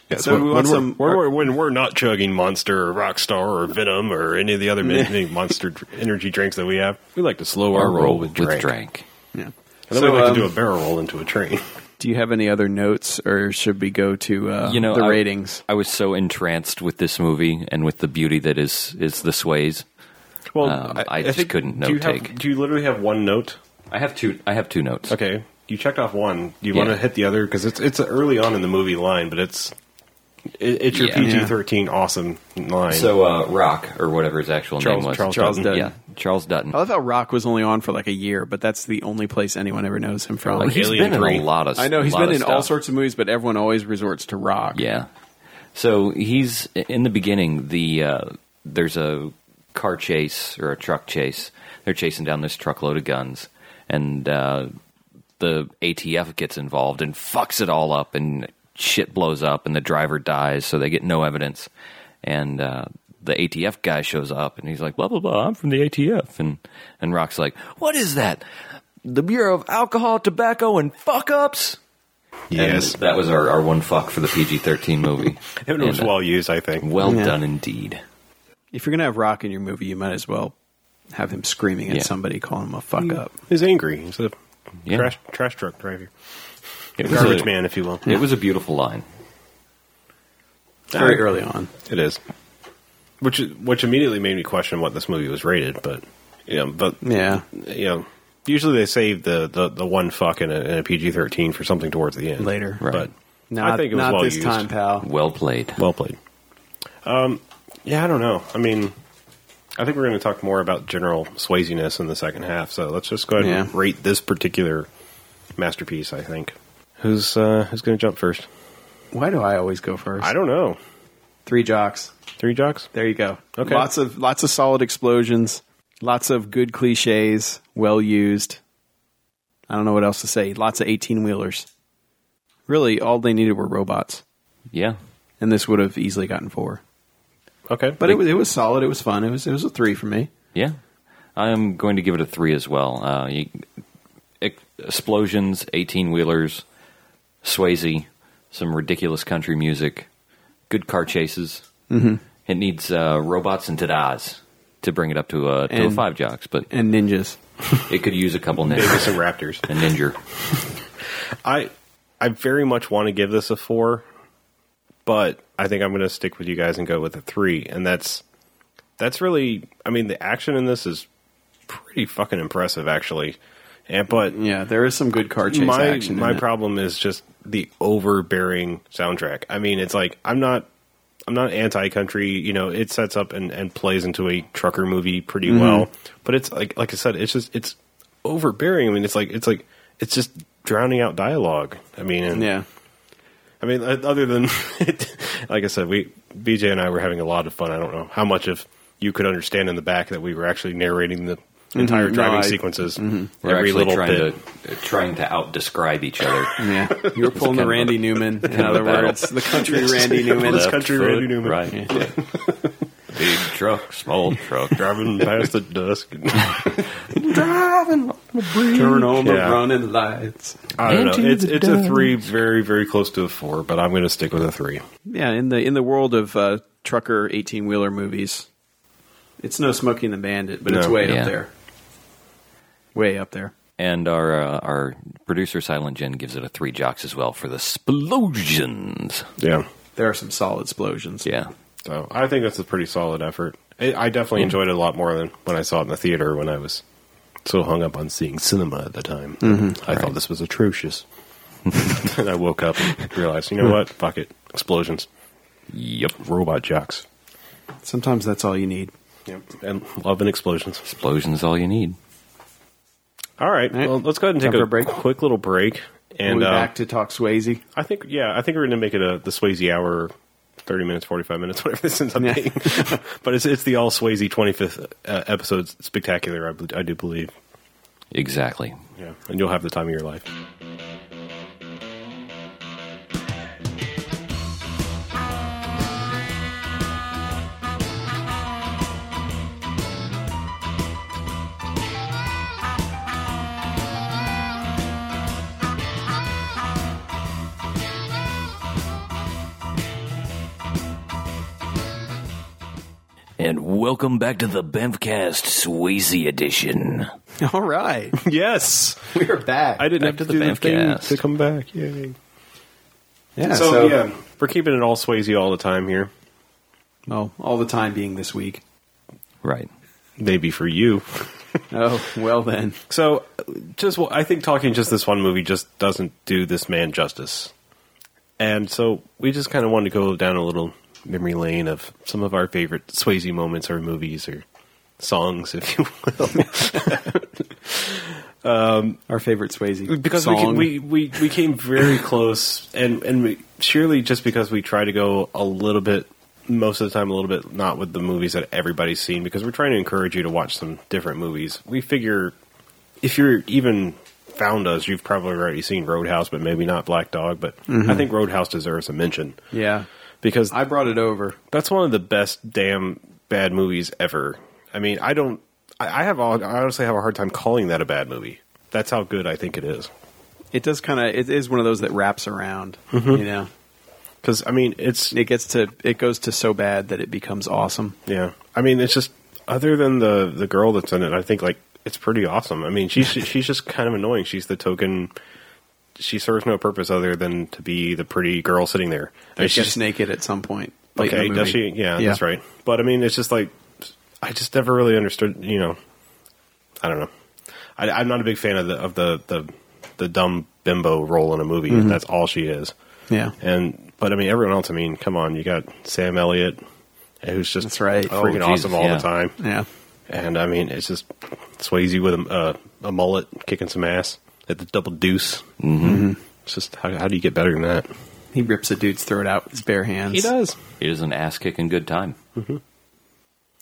[SPEAKER 2] Yeah,
[SPEAKER 3] So we want
[SPEAKER 2] when,
[SPEAKER 3] some-
[SPEAKER 2] we're, when we're- when we're not chugging Monster or Rockstar or Venom or any of the other many monster dr- energy drinks that we have, we like to slow our, roll with drink.
[SPEAKER 3] Yeah.
[SPEAKER 2] And then
[SPEAKER 3] So,
[SPEAKER 2] we like
[SPEAKER 3] um,
[SPEAKER 2] to do a barrel roll into a train.
[SPEAKER 3] do you have any other notes, or should we go to uh,
[SPEAKER 4] You know
[SPEAKER 3] the
[SPEAKER 4] I-
[SPEAKER 3] ratings?
[SPEAKER 4] I was so entranced with this movie and with the beauty that is is the sways.
[SPEAKER 2] Well,
[SPEAKER 4] Um, I just couldn't
[SPEAKER 2] do you
[SPEAKER 4] note
[SPEAKER 2] have-
[SPEAKER 4] take.
[SPEAKER 2] do you literally have one note?
[SPEAKER 4] I have two. I have two notes.
[SPEAKER 2] Okay, you checked off one. Do you
[SPEAKER 4] Yeah.
[SPEAKER 2] want to hit the other because it's it's early on in the movie line, but it's it, it's your
[SPEAKER 4] Yeah.
[SPEAKER 2] PG thirteen awesome line.
[SPEAKER 4] So uh, Rock or whatever his actual
[SPEAKER 2] Charles-
[SPEAKER 4] name was.
[SPEAKER 2] Charles
[SPEAKER 3] Charles Dutton.
[SPEAKER 2] Dutton.
[SPEAKER 4] Yeah, Charles Dutton.
[SPEAKER 3] I love how Rock was only on for like a year, but that's the only place anyone ever knows him from.
[SPEAKER 4] Well, Oh, he's
[SPEAKER 2] Alien
[SPEAKER 4] been
[SPEAKER 2] three.
[SPEAKER 4] in a lot of.
[SPEAKER 3] I know he's
[SPEAKER 4] lot
[SPEAKER 3] been in
[SPEAKER 4] of
[SPEAKER 3] all
[SPEAKER 4] stuff.
[SPEAKER 3] sorts of movies, but everyone always resorts to Rock.
[SPEAKER 4] Yeah. So he's in the beginning. The uh, there's a car chase or a truck chase. They're chasing down this truckload of guns, and uh, the ATF gets involved and fucks it all up, and shit blows up, and the driver dies. So they get no evidence, and uh, the ATF guy shows up, and he's like, "Blah blah blah, I'm from the ATF," and and Rock's like, "What is that?" The Bureau of Alcohol, Tobacco, and Fuck Ups.
[SPEAKER 2] yes,
[SPEAKER 4] And that was our, our one fuck for the PG 13 movie.
[SPEAKER 2] it was
[SPEAKER 4] And, uh,
[SPEAKER 2] well used, I think.
[SPEAKER 4] well
[SPEAKER 3] Yeah.
[SPEAKER 4] done indeed.
[SPEAKER 3] If you're gonna have Rock in your movie, you might as well have him screaming at
[SPEAKER 4] Yeah.
[SPEAKER 3] somebody, calling him a fuck
[SPEAKER 2] Mm.
[SPEAKER 3] up.
[SPEAKER 2] He's angry. He's a
[SPEAKER 4] Yeah.
[SPEAKER 2] trash trash truck driver,
[SPEAKER 4] It was,
[SPEAKER 2] garbage
[SPEAKER 4] a,
[SPEAKER 2] man, if you will.
[SPEAKER 4] it was a beautiful line.
[SPEAKER 3] Very
[SPEAKER 2] Alright.
[SPEAKER 3] early on.
[SPEAKER 2] It is, which which immediately made me question what this movie was rated. But you know, but
[SPEAKER 3] Yeah,
[SPEAKER 2] you know, usually they save the the, the one fuck in a, in a PG thirteen for something towards the end
[SPEAKER 3] Later.
[SPEAKER 4] Right.
[SPEAKER 2] But
[SPEAKER 3] not,
[SPEAKER 2] I think it was
[SPEAKER 3] not
[SPEAKER 2] well
[SPEAKER 3] this
[SPEAKER 2] used.
[SPEAKER 3] time, pal.
[SPEAKER 4] Well played.
[SPEAKER 2] Well played. Um, yeah, I don't know. I mean, I think we're going to talk more about general Swayziness in the second half. So let's just go ahead and
[SPEAKER 3] Yeah.
[SPEAKER 2] rate this particular masterpiece. I think. Who's uh, who's going to jump first?
[SPEAKER 3] Why do I always go first?
[SPEAKER 2] I don't know.
[SPEAKER 3] Three jocks.
[SPEAKER 2] Three jocks.
[SPEAKER 3] There you go.
[SPEAKER 2] Okay.
[SPEAKER 3] Lots of lots of solid explosions. Lots of good cliches. Well used. I don't know what else to say. Lots of eighteen wheelers. Really, all they needed were robots.
[SPEAKER 4] Yeah.
[SPEAKER 3] and this would have easily gotten four.
[SPEAKER 2] Okay,
[SPEAKER 3] But it was it was solid. It was fun. It was it was a three for me.
[SPEAKER 4] Yeah, I am going to give it a three as well. Uh, you, ex- explosions, eighteen wheelers, Swayze, some ridiculous country music, good car chases. Mm-hmm. It needs uh, robots and tadas to bring it up to a to a
[SPEAKER 3] And-
[SPEAKER 4] five jocks, but
[SPEAKER 3] And ninjas.
[SPEAKER 4] it could use a couple
[SPEAKER 2] maybe
[SPEAKER 4] ninjas.
[SPEAKER 2] some Raptors.
[SPEAKER 4] A ninja.
[SPEAKER 2] I I very much want to give this a four, but I think I'm going to stick with you guys and go with a three. And that's that's really, I mean, the action in this is pretty fucking impressive, actually. And but
[SPEAKER 3] Yeah, there is some good car chase
[SPEAKER 2] my
[SPEAKER 3] action. in
[SPEAKER 2] my
[SPEAKER 3] it.
[SPEAKER 2] problem is just the overbearing soundtrack. I mean, it's like I'm not I'm not anti country. You know, it sets up and, and plays into a trucker movie pretty
[SPEAKER 3] Mm-hmm.
[SPEAKER 2] well. But it's like like I said, it's just it's overbearing. I mean, it's like it's like it's just drowning out dialogue. I mean, and,
[SPEAKER 3] Yeah,
[SPEAKER 2] I mean, uh, other than like I said, we BJ and I were having a lot of fun. I don't know how much of you could understand in the back that we were actually narrating the entire
[SPEAKER 3] Mm-hmm. No,
[SPEAKER 2] driving
[SPEAKER 3] I- Mm-hmm.
[SPEAKER 2] sequences.
[SPEAKER 4] We're
[SPEAKER 2] Every
[SPEAKER 4] actually
[SPEAKER 2] little
[SPEAKER 4] trying
[SPEAKER 2] bit.
[SPEAKER 4] to trying to out describe each other.
[SPEAKER 3] yeah. You were pulling
[SPEAKER 4] kind
[SPEAKER 3] the
[SPEAKER 4] of
[SPEAKER 3] Randy
[SPEAKER 4] a-
[SPEAKER 3] Newman. In
[SPEAKER 4] of a
[SPEAKER 3] other
[SPEAKER 4] battle.
[SPEAKER 3] words, the country Randy Newman.
[SPEAKER 2] This country
[SPEAKER 4] foot,
[SPEAKER 2] Randy Newman.
[SPEAKER 4] right? Big truck, small truck.
[SPEAKER 2] driving past the dusk.
[SPEAKER 3] driving. Turn on the
[SPEAKER 2] Yeah.
[SPEAKER 3] running lights.
[SPEAKER 2] I don't
[SPEAKER 4] Into
[SPEAKER 2] know. It's
[SPEAKER 4] the
[SPEAKER 2] it's a three, very very close to a four, but I'm going to stick with a three.
[SPEAKER 3] Yeah, in the in the world of uh, trucker eighteen wheeler movies, it's no Smoking the Bandit, but it's
[SPEAKER 2] No.
[SPEAKER 3] way
[SPEAKER 4] Yeah.
[SPEAKER 3] up there. Way up there.
[SPEAKER 4] And our uh, our producer Silent Jen gives it a three jocks as well for the explosions.
[SPEAKER 2] Yeah.
[SPEAKER 3] There are some solid explosions.
[SPEAKER 4] Yeah,
[SPEAKER 2] So I think that's a pretty solid effort. I I
[SPEAKER 3] Hmm.
[SPEAKER 2] definitely enjoyed it a lot more than when I saw it in the theater when I was so hung up on seeing cinema at the time.
[SPEAKER 3] Mm-hmm.
[SPEAKER 2] I thought this was atrocious. and I woke up and realized, you know what? Fuck it. Explosions. Yep. Robot jocks.
[SPEAKER 3] Sometimes that's all you need.
[SPEAKER 2] Yep. And love and explosions.
[SPEAKER 4] explosions all you need.
[SPEAKER 2] All right.
[SPEAKER 3] All right.
[SPEAKER 2] Well, let's go ahead and
[SPEAKER 3] Time
[SPEAKER 2] take
[SPEAKER 3] for
[SPEAKER 2] a,
[SPEAKER 3] a break?
[SPEAKER 2] quick little break. And
[SPEAKER 3] And we
[SPEAKER 2] uh,
[SPEAKER 3] back to talk Swayze.
[SPEAKER 2] I think yeah, I think we're going to make it a the Swayze hour, thirty minutes, forty five minutes, whatever this ends up
[SPEAKER 3] Yeah.
[SPEAKER 2] being. but it's it's the all Swayze twenty fifth uh, episode spectacular. I, bel- I do believe.
[SPEAKER 4] Exactly.
[SPEAKER 2] Yeah, and you'll have the time of your life.
[SPEAKER 1] And welcome back to the Bemfcast Swayze edition.
[SPEAKER 3] All right,
[SPEAKER 2] yes,
[SPEAKER 3] we are back.
[SPEAKER 2] I didn't
[SPEAKER 4] Back
[SPEAKER 2] have
[SPEAKER 4] to
[SPEAKER 2] to, do
[SPEAKER 4] the
[SPEAKER 2] the thing
[SPEAKER 4] Bamfcast.
[SPEAKER 2] to come back. Yay!
[SPEAKER 3] yeah,
[SPEAKER 2] so, yeah, we're keeping it all Swayze all the time here.
[SPEAKER 3] Well, all the time being this week.
[SPEAKER 4] Right.
[SPEAKER 2] Maybe for you.
[SPEAKER 3] Oh well, then
[SPEAKER 2] So, just well, I think talking just this one movie just doesn't do this man justice, and so we just kind of wanted to go down a little memory lane of some of our favorite Swayze moments or movies or songs, if you will,
[SPEAKER 3] our favorite Swayze
[SPEAKER 2] because we,
[SPEAKER 3] song.
[SPEAKER 2] ca- we we we came very close, and and we, surely just because we try to go a little bit. Most of the time, a little bit not with the movies that everybody's seen because we're trying to encourage you to watch some different movies. We figure if you're even found us, you've probably already seen Roadhouse, but maybe not Black Dog. But I think Roadhouse deserves a mention
[SPEAKER 3] yeah,
[SPEAKER 2] because
[SPEAKER 3] I brought it over.
[SPEAKER 2] that's one of the best damn bad movies ever. I mean, I don't, I, I have, all, I honestly have a hard time calling that a bad movie. That's how good I think it is.
[SPEAKER 3] It does kind of. It is one of those that wraps around. You know,
[SPEAKER 2] Because Mm-hmm. I mean, it's
[SPEAKER 3] it gets to it goes to so bad that it becomes awesome.
[SPEAKER 2] yeah. I mean, it's just other than the the girl that's in it, I think like it's pretty awesome. I mean, she's she's just kind of annoying. She's the token. She serves no purpose other than to be the pretty girl sitting there. I mean,
[SPEAKER 3] It
[SPEAKER 2] she's
[SPEAKER 3] gets naked at some point. late in
[SPEAKER 2] Okay,
[SPEAKER 3] the
[SPEAKER 2] does she?
[SPEAKER 3] movie.
[SPEAKER 2] Yeah, that's right. But I mean, it's just like I just never really understood. You know, I don't know. I, I'm not a big fan of the of the the, the dumb bimbo role in a movie.
[SPEAKER 3] Mm-hmm.
[SPEAKER 2] That's all she is.
[SPEAKER 3] Yeah,
[SPEAKER 2] And but I mean, everyone else. I mean, come on, you got Sam Elliott, who's just
[SPEAKER 3] That's right. Oh,
[SPEAKER 2] freaking
[SPEAKER 4] Jesus,
[SPEAKER 2] awesome all
[SPEAKER 4] yeah.
[SPEAKER 2] the time.
[SPEAKER 3] yeah.
[SPEAKER 2] And I mean, it's just Swayze with a, uh, a mullet kicking some ass at the double deuce. Mm-hmm. It's just how, how do you get better than that?
[SPEAKER 3] He rips a dude's throat out with his bare hands.
[SPEAKER 2] does.
[SPEAKER 4] It is an ass kicking good time.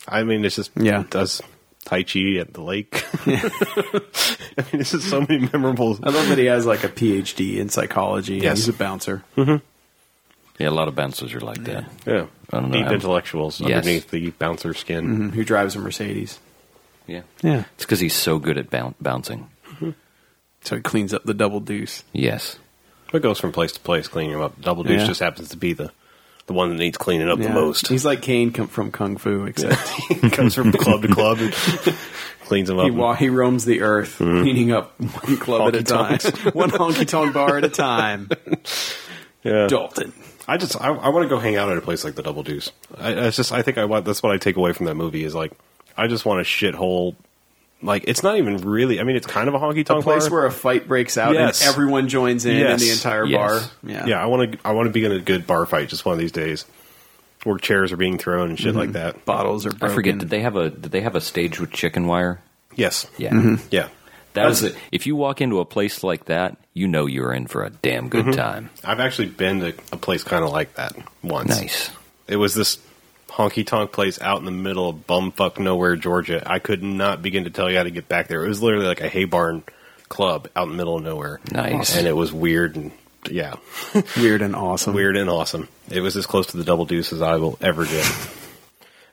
[SPEAKER 2] I mean, it's just
[SPEAKER 3] Yeah.
[SPEAKER 2] it does Tai Chi at the lake. I mean, this is so many memorable.
[SPEAKER 3] I love that he has like a PhD in psychology.
[SPEAKER 2] Yes. Hmm.
[SPEAKER 3] He's a bouncer.
[SPEAKER 4] Yeah, a lot of bouncers are like that.
[SPEAKER 2] Yeah.
[SPEAKER 4] I don't know
[SPEAKER 2] Deep
[SPEAKER 4] how-
[SPEAKER 2] intellectuals
[SPEAKER 4] Yes.
[SPEAKER 2] underneath the bouncer skin.
[SPEAKER 3] mm, who drives a Mercedes.
[SPEAKER 4] Yeah.
[SPEAKER 3] Yeah.
[SPEAKER 4] It's because he's so good at boun- bouncing.
[SPEAKER 3] So he cleans up the double deuce.
[SPEAKER 4] Yes.
[SPEAKER 2] It goes from place to place, cleaning them up. Double Deuce
[SPEAKER 3] Yeah.
[SPEAKER 2] just happens to be the, the one that needs cleaning up
[SPEAKER 3] Yeah.
[SPEAKER 2] the most.
[SPEAKER 3] He's like Kane come from Kung Fu, except
[SPEAKER 2] He comes from club to club and cleans them up.
[SPEAKER 3] he, wa- he roams the earth,
[SPEAKER 2] Mm-hmm.
[SPEAKER 3] cleaning up one club at a time, one honky tonk bar at a time.
[SPEAKER 2] Yeah.
[SPEAKER 3] Dalton.
[SPEAKER 2] I just I, I want to go hang out at a place like the Double Deuce. I, I just I think I want that's what I take away from that movie is like I just want a shithole. Like it's not even really. I mean, it's kind of a honky
[SPEAKER 3] A
[SPEAKER 2] tonk
[SPEAKER 3] place
[SPEAKER 2] bar.
[SPEAKER 3] where a fight breaks out
[SPEAKER 2] Yes.
[SPEAKER 3] and everyone joins in and
[SPEAKER 2] Yes.
[SPEAKER 3] the entire
[SPEAKER 4] Yes.
[SPEAKER 3] bar. Yeah.
[SPEAKER 2] yeah, I want to I want to be in a good bar fight just one of these days, where chairs are being thrown and shit like that.
[SPEAKER 3] Bottles are broken.
[SPEAKER 4] I forget. Did they have a Did they have a stage with chicken wire?
[SPEAKER 2] Yes,
[SPEAKER 4] Yeah.
[SPEAKER 3] Mm-hmm.
[SPEAKER 2] yeah.
[SPEAKER 4] That was it. If you walk into a place like that, you know you're in for a damn good
[SPEAKER 3] Mm-hmm.
[SPEAKER 4] time.
[SPEAKER 2] I've actually been to a place kind of like that once.
[SPEAKER 4] Nice.
[SPEAKER 2] It was this honky tonk place out in the middle of bumfuck nowhere, Georgia. I could not begin to tell you how to get back there. It was literally like a hay barn club out in the middle of nowhere.
[SPEAKER 4] Nice.
[SPEAKER 2] And it was weird and yeah,
[SPEAKER 3] Weird and awesome.
[SPEAKER 2] weird and awesome. It was as close to the double deuce as I will ever get.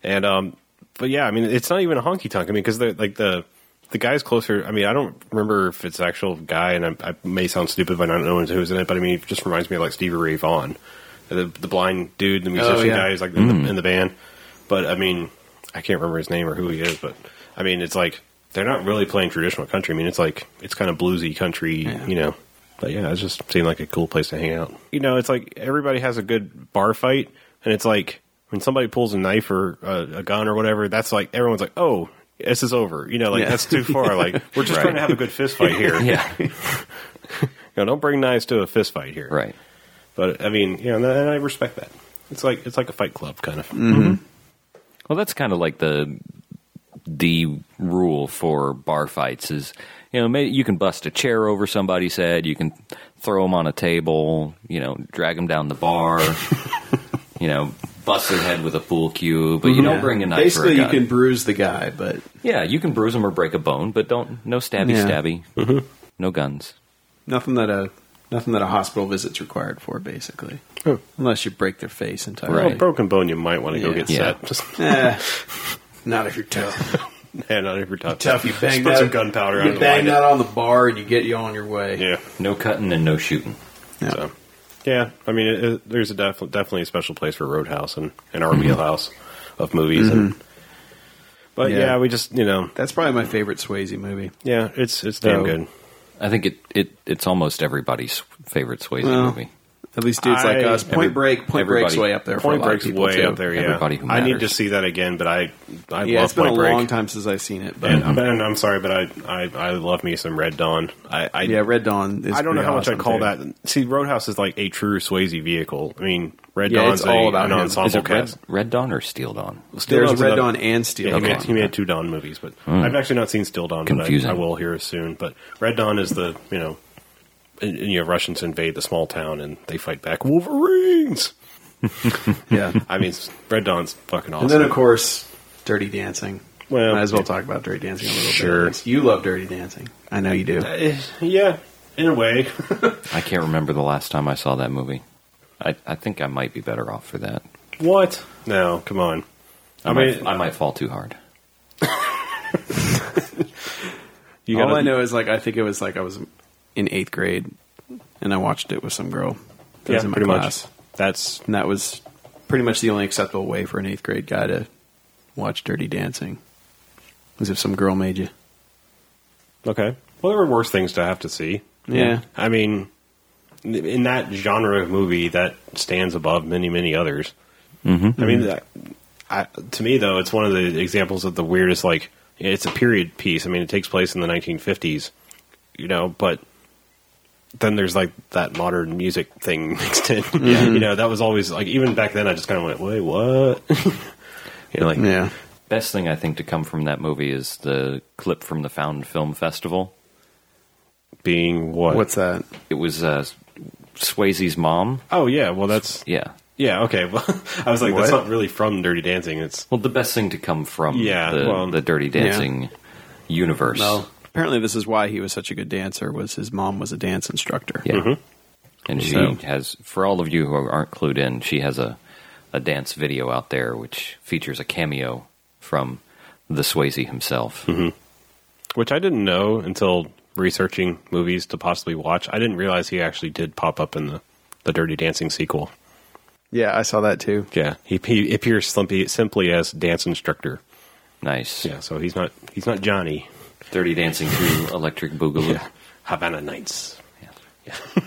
[SPEAKER 2] and um, but yeah, I mean, it's not even a honky tonk. I mean, because like the the guy's closer. I mean, I don't remember if it's actual guy, and I, I may sound stupid by not knowing who's in it, but I mean, it just reminds me of like Stevie Ray Vaughan, the the blind dude, the musician
[SPEAKER 3] Oh, yeah. Mm.
[SPEAKER 2] guy, who's like in, the, in the band. But I mean, I can't remember his name or who he is. But I mean, it's like they're not really playing traditional country. I mean, it's like it's kind of bluesy country, you know. But yeah, it just seemed like a cool place to hang out. You know, it's like everybody has a good bar fight, and it's like when somebody pulls a knife or a, a gun or whatever, that's like everyone's like, "Oh, this is over." You know, like
[SPEAKER 3] Yeah.
[SPEAKER 2] that's too far. Like we're just
[SPEAKER 4] Right.
[SPEAKER 2] trying to have a good fist fight here.
[SPEAKER 4] Yeah.
[SPEAKER 2] You know, don't bring knives to a fist fight here.
[SPEAKER 4] right.
[SPEAKER 2] But I mean, you know, and I respect that. It's like it's like a fight club kind of.
[SPEAKER 4] Well, that's kind of like the the rule for bar fights is you know maybe you can bust a chair over somebody's head, you can throw them on a table, you know, drag them down the bar, you know, bust their head with a pool cue, but you don't
[SPEAKER 3] Yeah.
[SPEAKER 4] bring a knife.
[SPEAKER 3] Mm-hmm. Basically,
[SPEAKER 4] or a
[SPEAKER 3] you
[SPEAKER 4] gun.
[SPEAKER 3] can bruise the guy, but
[SPEAKER 4] yeah, you can bruise them or break a bone, but don't no stabby
[SPEAKER 3] Yeah. Mm-hmm.
[SPEAKER 4] stabby, no guns.
[SPEAKER 3] nothing that a nothing that a hospital visit's required for, basically.
[SPEAKER 2] Oh.
[SPEAKER 3] Unless you break their face entirely.
[SPEAKER 2] Well,
[SPEAKER 4] Right.
[SPEAKER 2] broken bone, you might want to go
[SPEAKER 3] Yeah.
[SPEAKER 2] get
[SPEAKER 4] Yeah.
[SPEAKER 2] set. Just
[SPEAKER 3] Eh, not if you're tough.
[SPEAKER 2] hand out if you're tough.
[SPEAKER 3] tough, you
[SPEAKER 2] Just
[SPEAKER 3] bang
[SPEAKER 2] put
[SPEAKER 3] that,
[SPEAKER 2] some gunpowder on
[SPEAKER 3] You
[SPEAKER 2] it.
[SPEAKER 3] bang
[SPEAKER 2] light
[SPEAKER 3] that on the bar, and you get you on your way.
[SPEAKER 2] it. Yeah.
[SPEAKER 4] No cutting and no shooting.
[SPEAKER 3] Yeah.
[SPEAKER 2] So, yeah, I mean, it, it, there's a def- definitely a special place for Roadhouse and, and
[SPEAKER 3] Mm-hmm.
[SPEAKER 2] our wheelhouse of movies. And, but yeah.
[SPEAKER 3] Yeah.
[SPEAKER 2] we just you know,
[SPEAKER 3] That's probably my favorite Swayze movie.
[SPEAKER 2] yeah, it's it's damn
[SPEAKER 3] So-
[SPEAKER 2] good.
[SPEAKER 4] I think it, it it's almost everybody's favorite Swayze
[SPEAKER 3] Well,
[SPEAKER 4] movie.
[SPEAKER 3] At least dudes
[SPEAKER 2] I-
[SPEAKER 3] like us. Point
[SPEAKER 4] every-
[SPEAKER 3] Break. Point
[SPEAKER 4] everybody-
[SPEAKER 3] Break's way up there. for a
[SPEAKER 2] Point
[SPEAKER 3] lot of
[SPEAKER 2] Break's
[SPEAKER 3] people,
[SPEAKER 2] way
[SPEAKER 3] too.
[SPEAKER 2] up there. Yeah,
[SPEAKER 4] Everybody who
[SPEAKER 2] I need to
[SPEAKER 4] matters.
[SPEAKER 2] see that again, but I I
[SPEAKER 3] Yeah,
[SPEAKER 2] love
[SPEAKER 3] it's been a
[SPEAKER 2] Point Break.
[SPEAKER 3] long time since I've seen it, but
[SPEAKER 2] And, and I'm sorry, but I, I I love me some Red Dawn. I, I
[SPEAKER 3] yeah, Red Dawn. Is
[SPEAKER 2] I don't know
[SPEAKER 3] pretty
[SPEAKER 2] how much
[SPEAKER 3] awesome
[SPEAKER 2] I'd call
[SPEAKER 3] too.
[SPEAKER 2] that. See, Roadhouse is like a true Swayze vehicle. I mean, Red
[SPEAKER 3] Yeah,
[SPEAKER 2] Dawn's
[SPEAKER 3] it's all
[SPEAKER 2] a-
[SPEAKER 3] about
[SPEAKER 2] an
[SPEAKER 3] him.
[SPEAKER 2] ensemble
[SPEAKER 4] Is it Red,
[SPEAKER 2] cast.
[SPEAKER 4] Red Dawn or Steel Dawn?
[SPEAKER 2] Steel
[SPEAKER 3] There's
[SPEAKER 2] Dawn's
[SPEAKER 3] Red
[SPEAKER 2] another-
[SPEAKER 3] Dawn and Steel
[SPEAKER 2] Yeah, he,
[SPEAKER 3] Dawn.
[SPEAKER 2] made, he made two Dawn movies, but I've actually not seen Steel Dawn.
[SPEAKER 4] Hmm. Confusing.
[SPEAKER 2] But I, I will here soon. But Red Dawn is the you know, and- and, you know, Russians invade the small town and they fight back. Wolverines.
[SPEAKER 3] Yeah,
[SPEAKER 2] I mean, it's- Red Dawn's fucking awesome.
[SPEAKER 3] and then of course, Dirty Dancing.
[SPEAKER 2] Well,
[SPEAKER 3] might as well talk about Dirty Dancing a little
[SPEAKER 2] Sure.
[SPEAKER 3] bit. You love Dirty Dancing, I know you do.
[SPEAKER 2] Eh, yeah, in a way.
[SPEAKER 4] I can't remember the last time I saw that movie. I, I think I might be better off for that.
[SPEAKER 2] what? No, come on.
[SPEAKER 4] I,
[SPEAKER 2] I mean,
[SPEAKER 4] might, I might fall too hard.
[SPEAKER 2] you
[SPEAKER 3] All
[SPEAKER 2] gotta-
[SPEAKER 3] I know is like I think it was like I was in eighth grade, and I watched it with some girl. That
[SPEAKER 2] Yeah,
[SPEAKER 3] was in my
[SPEAKER 2] pretty
[SPEAKER 3] class,
[SPEAKER 2] much. That's
[SPEAKER 3] and that was pretty much the only acceptable way for an eighth grade guy to watch Dirty Dancing, was if some girl made you.
[SPEAKER 2] okay. Well, there were worse things to have to see.
[SPEAKER 3] Yeah,
[SPEAKER 2] I mean, in that genre of movie, that stands above many, many others. Mm-hmm. I mean, that- I, to me, though, it's one of the examples of the weirdest, like, it's a period piece. I mean, it takes place in the 1950s, you know, but then there's, like, that modern music thing mixed in. You know, that was always, like, even back then, I just kind of went, wait, what? you know, like,
[SPEAKER 3] yeah.
[SPEAKER 4] Best thing I think to come from that movie is the clip from the Found Film Festival.
[SPEAKER 2] being what?
[SPEAKER 3] What's that?
[SPEAKER 4] It was uh, Swayze's mom.
[SPEAKER 2] oh, yeah, well, that's,
[SPEAKER 4] Yeah.
[SPEAKER 2] yeah, okay. Well, I was like, that's
[SPEAKER 3] What?
[SPEAKER 2] not really from Dirty Dancing. It's,
[SPEAKER 4] Well, the best thing to come from
[SPEAKER 2] Yeah,
[SPEAKER 4] the,
[SPEAKER 2] well,
[SPEAKER 4] the Dirty Dancing universe.
[SPEAKER 2] Mm-hmm.
[SPEAKER 3] Apparently, this is why he was such a good dancer. Was his mom was a dance instructor?
[SPEAKER 4] Yeah. and she
[SPEAKER 3] So-
[SPEAKER 4] has for all of you who aren't clued in, she has a a dance video out there which features a cameo from the Swayze himself.
[SPEAKER 2] Mm-hmm. which I didn't know until researching movies to possibly watch. I didn't realize he actually did pop up in the, the Dirty Dancing sequel.
[SPEAKER 3] Yeah, I saw that too.
[SPEAKER 2] Yeah, he, he appears simply, simply as dance instructor.
[SPEAKER 4] Nice.
[SPEAKER 2] Yeah, so he's not he's not Johnny
[SPEAKER 4] Dirty Dancing 2 Electric Boogaloo.
[SPEAKER 2] Havana Nights.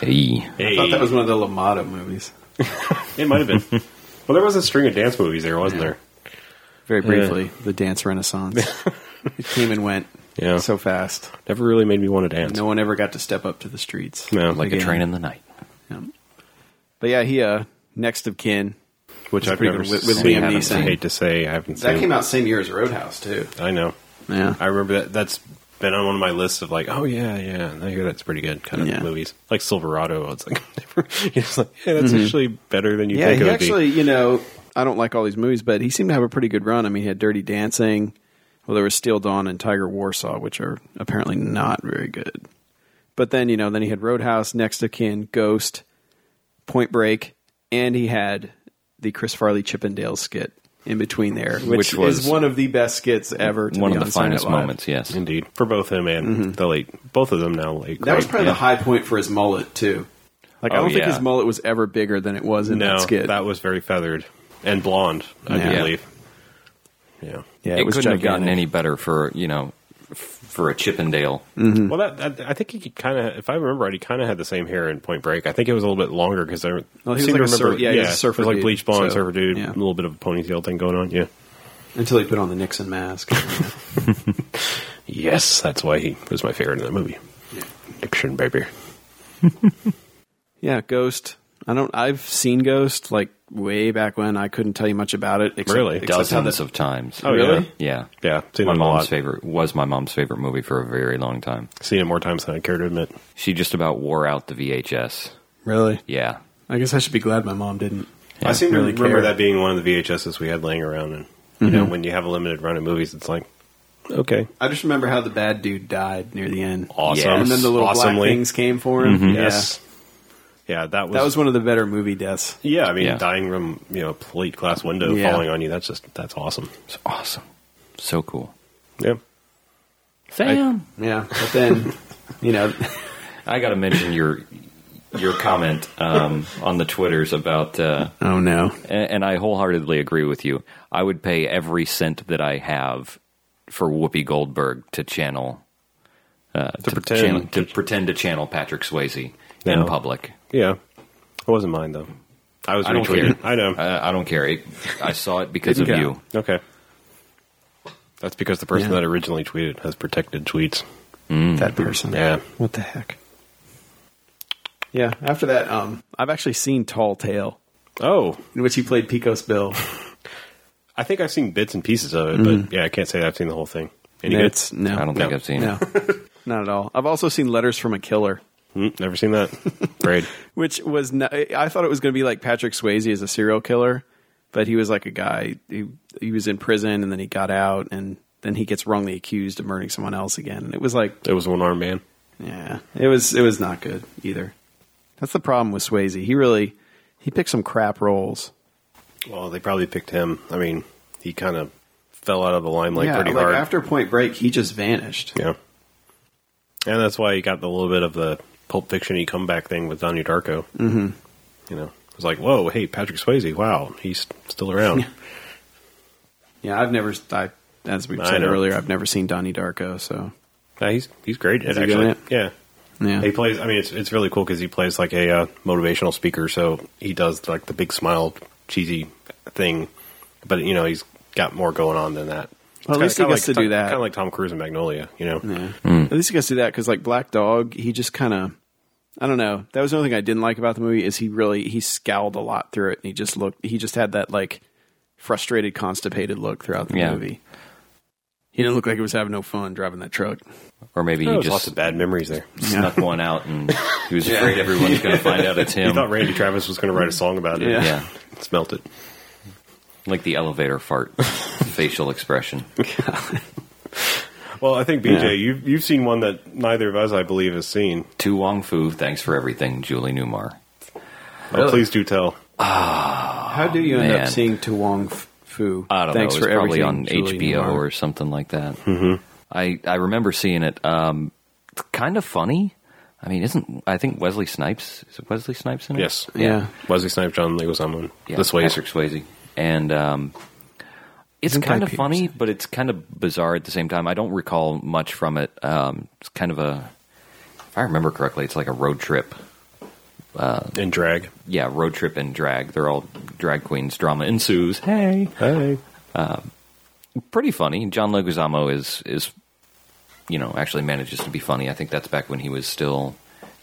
[SPEAKER 4] Hey.
[SPEAKER 2] Hey,
[SPEAKER 3] I thought that was one of the Lamada movies.
[SPEAKER 2] it might have been. well, there was a string of dance movies there, wasn't there?
[SPEAKER 3] Very briefly, the dance renaissance. it came and went
[SPEAKER 2] Yeah.
[SPEAKER 3] so fast.
[SPEAKER 2] Never really made me want to dance.
[SPEAKER 3] No one ever got to step up to the streets.
[SPEAKER 2] No,
[SPEAKER 4] Like a
[SPEAKER 3] Again.
[SPEAKER 4] train in the night.
[SPEAKER 3] Yeah. But yeah, he uh, next of kin.
[SPEAKER 2] which I've
[SPEAKER 3] pretty
[SPEAKER 2] never
[SPEAKER 3] good with-
[SPEAKER 2] with,
[SPEAKER 3] with
[SPEAKER 2] seen.
[SPEAKER 4] Liam
[SPEAKER 2] I
[SPEAKER 4] Neeson.
[SPEAKER 2] hate to say I haven't
[SPEAKER 3] That
[SPEAKER 2] seen.
[SPEAKER 3] came out same year as Roadhouse too.
[SPEAKER 2] I know.
[SPEAKER 3] Yeah.
[SPEAKER 2] I remember that. That's been on one of my lists of like, oh yeah, yeah, I hear that's pretty good kind of
[SPEAKER 3] Yeah.
[SPEAKER 2] movies. Like Silverado, it's like, it's like yeah, that's actually better than you
[SPEAKER 3] Mm-hmm. yeah,
[SPEAKER 2] think it
[SPEAKER 3] he
[SPEAKER 2] would
[SPEAKER 3] actually, you know, I don't like all these movies, but he seemed to have a pretty good run. I mean, he had Dirty Dancing. Well, there was Steel Dawn and Tiger Warsaw, which are apparently not very good. But then, you know, then he had Roadhouse, Next of Kin, Ghost, Point Break, and he had the Chris Farley Chippendale skit in between there, which,
[SPEAKER 4] Which was
[SPEAKER 3] is one of the best skits ever. To
[SPEAKER 4] One
[SPEAKER 3] be
[SPEAKER 4] of the
[SPEAKER 3] on Saturday
[SPEAKER 4] finest
[SPEAKER 3] Night Live.
[SPEAKER 4] moments, yes.
[SPEAKER 2] be. Indeed, for both him and the late, both of them now late.
[SPEAKER 3] Mm-hmm. That was
[SPEAKER 2] great.
[SPEAKER 3] probably
[SPEAKER 4] yeah.
[SPEAKER 3] the high point for his mullet too. Like I
[SPEAKER 4] Oh,
[SPEAKER 3] don't think
[SPEAKER 4] yeah.
[SPEAKER 3] his mullet was ever bigger than it was in
[SPEAKER 2] no,
[SPEAKER 3] that skit.
[SPEAKER 2] that was very feathered and blonde, I do
[SPEAKER 3] Yeah.
[SPEAKER 2] believe. Yeah.
[SPEAKER 3] yeah,
[SPEAKER 4] it,
[SPEAKER 3] was
[SPEAKER 4] couldn't have
[SPEAKER 3] gigantic.
[SPEAKER 4] gotten any better for, you know, f- for a Chippendale.
[SPEAKER 2] Well, that, that I think he kind of, if I remember right, he kind of had the same hair in Point Break. I think it was a little bit longer because I
[SPEAKER 3] Well, he was
[SPEAKER 2] seem
[SPEAKER 3] like
[SPEAKER 2] to
[SPEAKER 3] a sur-
[SPEAKER 2] remember,
[SPEAKER 3] yeah, he was a
[SPEAKER 2] it
[SPEAKER 3] surfer
[SPEAKER 2] was like
[SPEAKER 3] dude,
[SPEAKER 2] bleach blonde
[SPEAKER 3] so,
[SPEAKER 2] surfer dude,
[SPEAKER 3] yeah.
[SPEAKER 2] a little bit of a ponytail thing going on. Yeah.
[SPEAKER 3] until he put on the Nixon mask.
[SPEAKER 2] Yes, that's why he was my favorite in that movie. Diction baby.
[SPEAKER 3] yeah, Ghost. I don't. I've seen Ghost like way back when. I couldn't tell you much about it. Except,
[SPEAKER 2] Really?
[SPEAKER 3] except how
[SPEAKER 4] Dozens
[SPEAKER 3] the-
[SPEAKER 4] of times.
[SPEAKER 2] Oh,
[SPEAKER 3] really?
[SPEAKER 2] yeah.
[SPEAKER 4] Yeah.
[SPEAKER 2] Yeah, seen
[SPEAKER 4] My
[SPEAKER 2] him a
[SPEAKER 4] mom's
[SPEAKER 2] lot.
[SPEAKER 4] favorite was my mom's favorite movie for a very long time.
[SPEAKER 2] Seen it more times than I care to admit.
[SPEAKER 4] She just about wore out the VHS.
[SPEAKER 3] Really?
[SPEAKER 4] Yeah.
[SPEAKER 3] I guess I should be glad my mom didn't.
[SPEAKER 2] I seem to
[SPEAKER 3] Really
[SPEAKER 2] remember
[SPEAKER 3] care.
[SPEAKER 2] that being one of the VHSs we had laying around, and you know, when you have a limited run of movies, it's like, Mm-hmm. okay,
[SPEAKER 3] I just remember how the bad dude died near the end.
[SPEAKER 2] awesome,
[SPEAKER 4] Yes.
[SPEAKER 3] And then the little
[SPEAKER 2] awesomely, Mm-hmm.
[SPEAKER 3] black things came for him. Yeah.
[SPEAKER 2] yes, yeah, that was,
[SPEAKER 3] That was one of the better movie deaths.
[SPEAKER 2] yeah. I mean,
[SPEAKER 4] Yeah.
[SPEAKER 2] dying from you know plate glass window
[SPEAKER 3] Yeah.
[SPEAKER 2] falling on you. That's just that's awesome.
[SPEAKER 4] It's awesome. So cool.
[SPEAKER 2] Yeah,
[SPEAKER 4] Sam.
[SPEAKER 3] Yeah. But then, you know,
[SPEAKER 4] I, got to mention your your comment um, on the Twitters about, uh,
[SPEAKER 3] oh no.
[SPEAKER 4] a- and I wholeheartedly agree with you. I would pay every cent that I have for Whoopi Goldberg to channel uh, to,
[SPEAKER 2] pretend-
[SPEAKER 4] channel, to pretend to channel Patrick Swayze
[SPEAKER 2] No.
[SPEAKER 4] in public.
[SPEAKER 2] yeah. It wasn't mine though. I was
[SPEAKER 4] I don't
[SPEAKER 2] retweeted.
[SPEAKER 4] care.
[SPEAKER 2] I know.
[SPEAKER 4] I, I don't care. It, I saw it because of
[SPEAKER 3] Didn't
[SPEAKER 4] you.
[SPEAKER 3] count.
[SPEAKER 2] okay, that's because the person
[SPEAKER 3] Yeah.
[SPEAKER 2] that originally tweeted has protected tweets.
[SPEAKER 3] That person.
[SPEAKER 2] Mm. Yeah.
[SPEAKER 3] What the heck? Yeah. After that, um, I've actually seen Tall Tale,
[SPEAKER 2] Oh,
[SPEAKER 3] in which he played Pecos Bill.
[SPEAKER 2] I think I've seen bits and pieces of it, but yeah, I can't say that I've seen the whole thing. Any
[SPEAKER 3] No,
[SPEAKER 2] good?
[SPEAKER 3] Mm-hmm. it's no,
[SPEAKER 4] I don't think
[SPEAKER 2] No.
[SPEAKER 4] I've seen
[SPEAKER 3] no,
[SPEAKER 4] it.
[SPEAKER 3] not at all. I've also seen Letters from a Killer,
[SPEAKER 2] Mm, never seen that. Great.
[SPEAKER 3] which was no, I thought it was going to be like Patrick Swayze as a serial killer, but he was like a guy. He he was in prison and then he got out and then he gets wrongly accused of murdering someone else again. And it was like,
[SPEAKER 2] It was one armed man.
[SPEAKER 3] yeah, it was it was not good either. That's the problem with Swayze. He really he picked some crap roles.
[SPEAKER 2] Well, they probably picked him. I mean, he kind of fell out of the limelight
[SPEAKER 3] yeah,
[SPEAKER 2] pretty
[SPEAKER 3] like
[SPEAKER 2] hard.
[SPEAKER 3] after Point Break, he just vanished.
[SPEAKER 2] yeah. And that's why he got the little bit of the Pulp Fiction comeback thing with Donnie Darko. Mm-hmm. You know, it was like, whoa, hey, Patrick Swayze, wow, he's still around.
[SPEAKER 3] Yeah, I've never. I, as we
[SPEAKER 2] I
[SPEAKER 3] said
[SPEAKER 2] know.
[SPEAKER 3] earlier, I've never seen Donnie Darko. So
[SPEAKER 2] Yeah, he's he's great at
[SPEAKER 3] he good
[SPEAKER 2] actually.
[SPEAKER 3] at it?
[SPEAKER 2] Yeah.
[SPEAKER 3] yeah,
[SPEAKER 2] He plays. I mean, it's it's really cool because he plays like a uh, motivational speaker. So he does like the big smile, cheesy thing, but you know he's got more going on than that.
[SPEAKER 3] Well, at least he gets to do that.
[SPEAKER 2] Kind of like Tom Cruise in Magnolia, you know.
[SPEAKER 3] Yeah. At least you guys do that because, like Black Dog, he just kind of. I don't know. That was another thing I didn't like about the movie is he really he scowled a lot through it and he just looked he just had that like frustrated, constipated look throughout the
[SPEAKER 4] Yeah.
[SPEAKER 3] movie. He didn't look like he was having no fun driving that truck.
[SPEAKER 4] Or maybe
[SPEAKER 2] There
[SPEAKER 4] you
[SPEAKER 2] was lots
[SPEAKER 4] just
[SPEAKER 2] of bad memories there.
[SPEAKER 4] snuck one out and he was afraid everyone's going to find out it's
[SPEAKER 2] He
[SPEAKER 4] him.
[SPEAKER 2] thought Randy Travis was going to write a song about it.
[SPEAKER 3] Yeah.
[SPEAKER 4] yeah,
[SPEAKER 2] smelt it.
[SPEAKER 4] like the elevator fart facial expression.
[SPEAKER 2] Well, I think BJ,
[SPEAKER 4] Yeah.
[SPEAKER 2] you've you've seen one that neither of us, I believe, has seen.
[SPEAKER 4] To Wong Fu, thanks for everything, Julie Newmar.
[SPEAKER 2] Oh, please do tell.
[SPEAKER 3] How do you end
[SPEAKER 4] Oh, man.
[SPEAKER 3] up seeing To Wong Fu?
[SPEAKER 4] I don't
[SPEAKER 3] Thanks
[SPEAKER 4] know. It was
[SPEAKER 3] for
[SPEAKER 4] probably on
[SPEAKER 3] everything, Julie
[SPEAKER 4] HBO
[SPEAKER 3] Newmar. Mm-hmm.
[SPEAKER 4] or something like that. I I remember seeing it. Um, it's kind of funny. I mean, isn't I think Wesley Snipes is it Wesley Snipes in it?
[SPEAKER 2] Yes.
[SPEAKER 3] yeah.
[SPEAKER 2] Wesley Snipes, John Leguizamo,
[SPEAKER 4] yeah,
[SPEAKER 2] this way.
[SPEAKER 4] Patrick Swayze, and um, it's
[SPEAKER 3] Isn't
[SPEAKER 4] kind
[SPEAKER 3] that
[SPEAKER 4] of funny, but it's kind of bizarre at the same time. I don't recall much from it. Um, it's kind of a, if I remember correctly, it's like a road trip.
[SPEAKER 2] in drag.
[SPEAKER 4] Yeah, road trip and drag. They're all drag queens. Drama ensues. Hey,
[SPEAKER 2] Hey,
[SPEAKER 4] pretty funny. John Leguizamo is is you know actually manages to be funny. I think that's back when he was still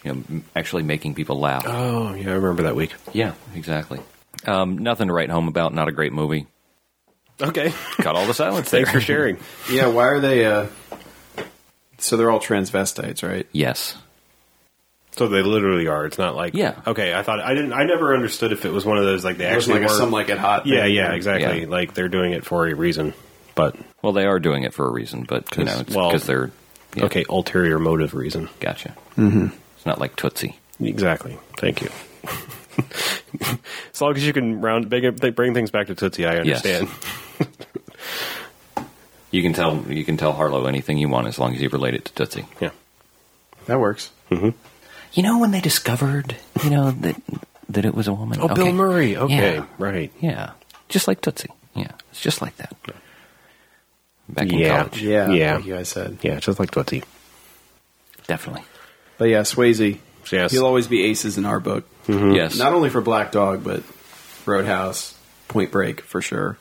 [SPEAKER 4] you know m- actually making people laugh.
[SPEAKER 2] oh yeah, I remember that week.
[SPEAKER 4] yeah, exactly. Um, nothing to write home about. Not a great movie.
[SPEAKER 2] Okay,
[SPEAKER 4] Got all the silence there.
[SPEAKER 2] thanks for sharing.
[SPEAKER 3] Yeah, why are they. Uh, so they're all transvestites, right?
[SPEAKER 4] Yes.
[SPEAKER 2] So they literally are. It's not like
[SPEAKER 4] Yeah.
[SPEAKER 2] Okay, I thought I didn't. I never understood if it was one of those like they
[SPEAKER 3] It was
[SPEAKER 2] actually
[SPEAKER 3] like a
[SPEAKER 2] were.
[SPEAKER 3] some like it hot.
[SPEAKER 2] yeah,
[SPEAKER 3] thing.
[SPEAKER 2] yeah, exactly.
[SPEAKER 4] Yeah.
[SPEAKER 2] Like they're doing it for a reason, but
[SPEAKER 4] Well, they are doing it for a reason, but you know, because
[SPEAKER 2] well,
[SPEAKER 4] they're yeah,
[SPEAKER 2] okay, ulterior motive reason.
[SPEAKER 4] Gotcha. Mm-hmm. It's not like Tootsie.
[SPEAKER 2] Exactly. Thank you. as long as you can round big, bring things back to Tootsie, I
[SPEAKER 4] Yes.
[SPEAKER 2] understand.
[SPEAKER 4] You can tell you can tell Harlow anything you want as long as you relate it to Tootsie.
[SPEAKER 2] Yeah.
[SPEAKER 3] That works.
[SPEAKER 4] You know when they discovered you know that that it was a woman.
[SPEAKER 2] Oh, Bill
[SPEAKER 4] Okay.
[SPEAKER 2] Murray. Okay,
[SPEAKER 4] Yeah.
[SPEAKER 2] right.
[SPEAKER 4] Yeah. Just like Tootsie. Yeah. It's just like that. Back in
[SPEAKER 2] Yeah.
[SPEAKER 4] college.
[SPEAKER 3] Yeah,
[SPEAKER 2] Yeah.
[SPEAKER 3] like you guys said.
[SPEAKER 2] Yeah, just like Tootsie.
[SPEAKER 4] Definitely.
[SPEAKER 3] But yeah, Swayze.
[SPEAKER 2] Yes. Mm-hmm.
[SPEAKER 3] He'll always be aces in our book.
[SPEAKER 4] Yes.
[SPEAKER 3] Not only for Black Dog, but Roadhouse, Point Break, for sure.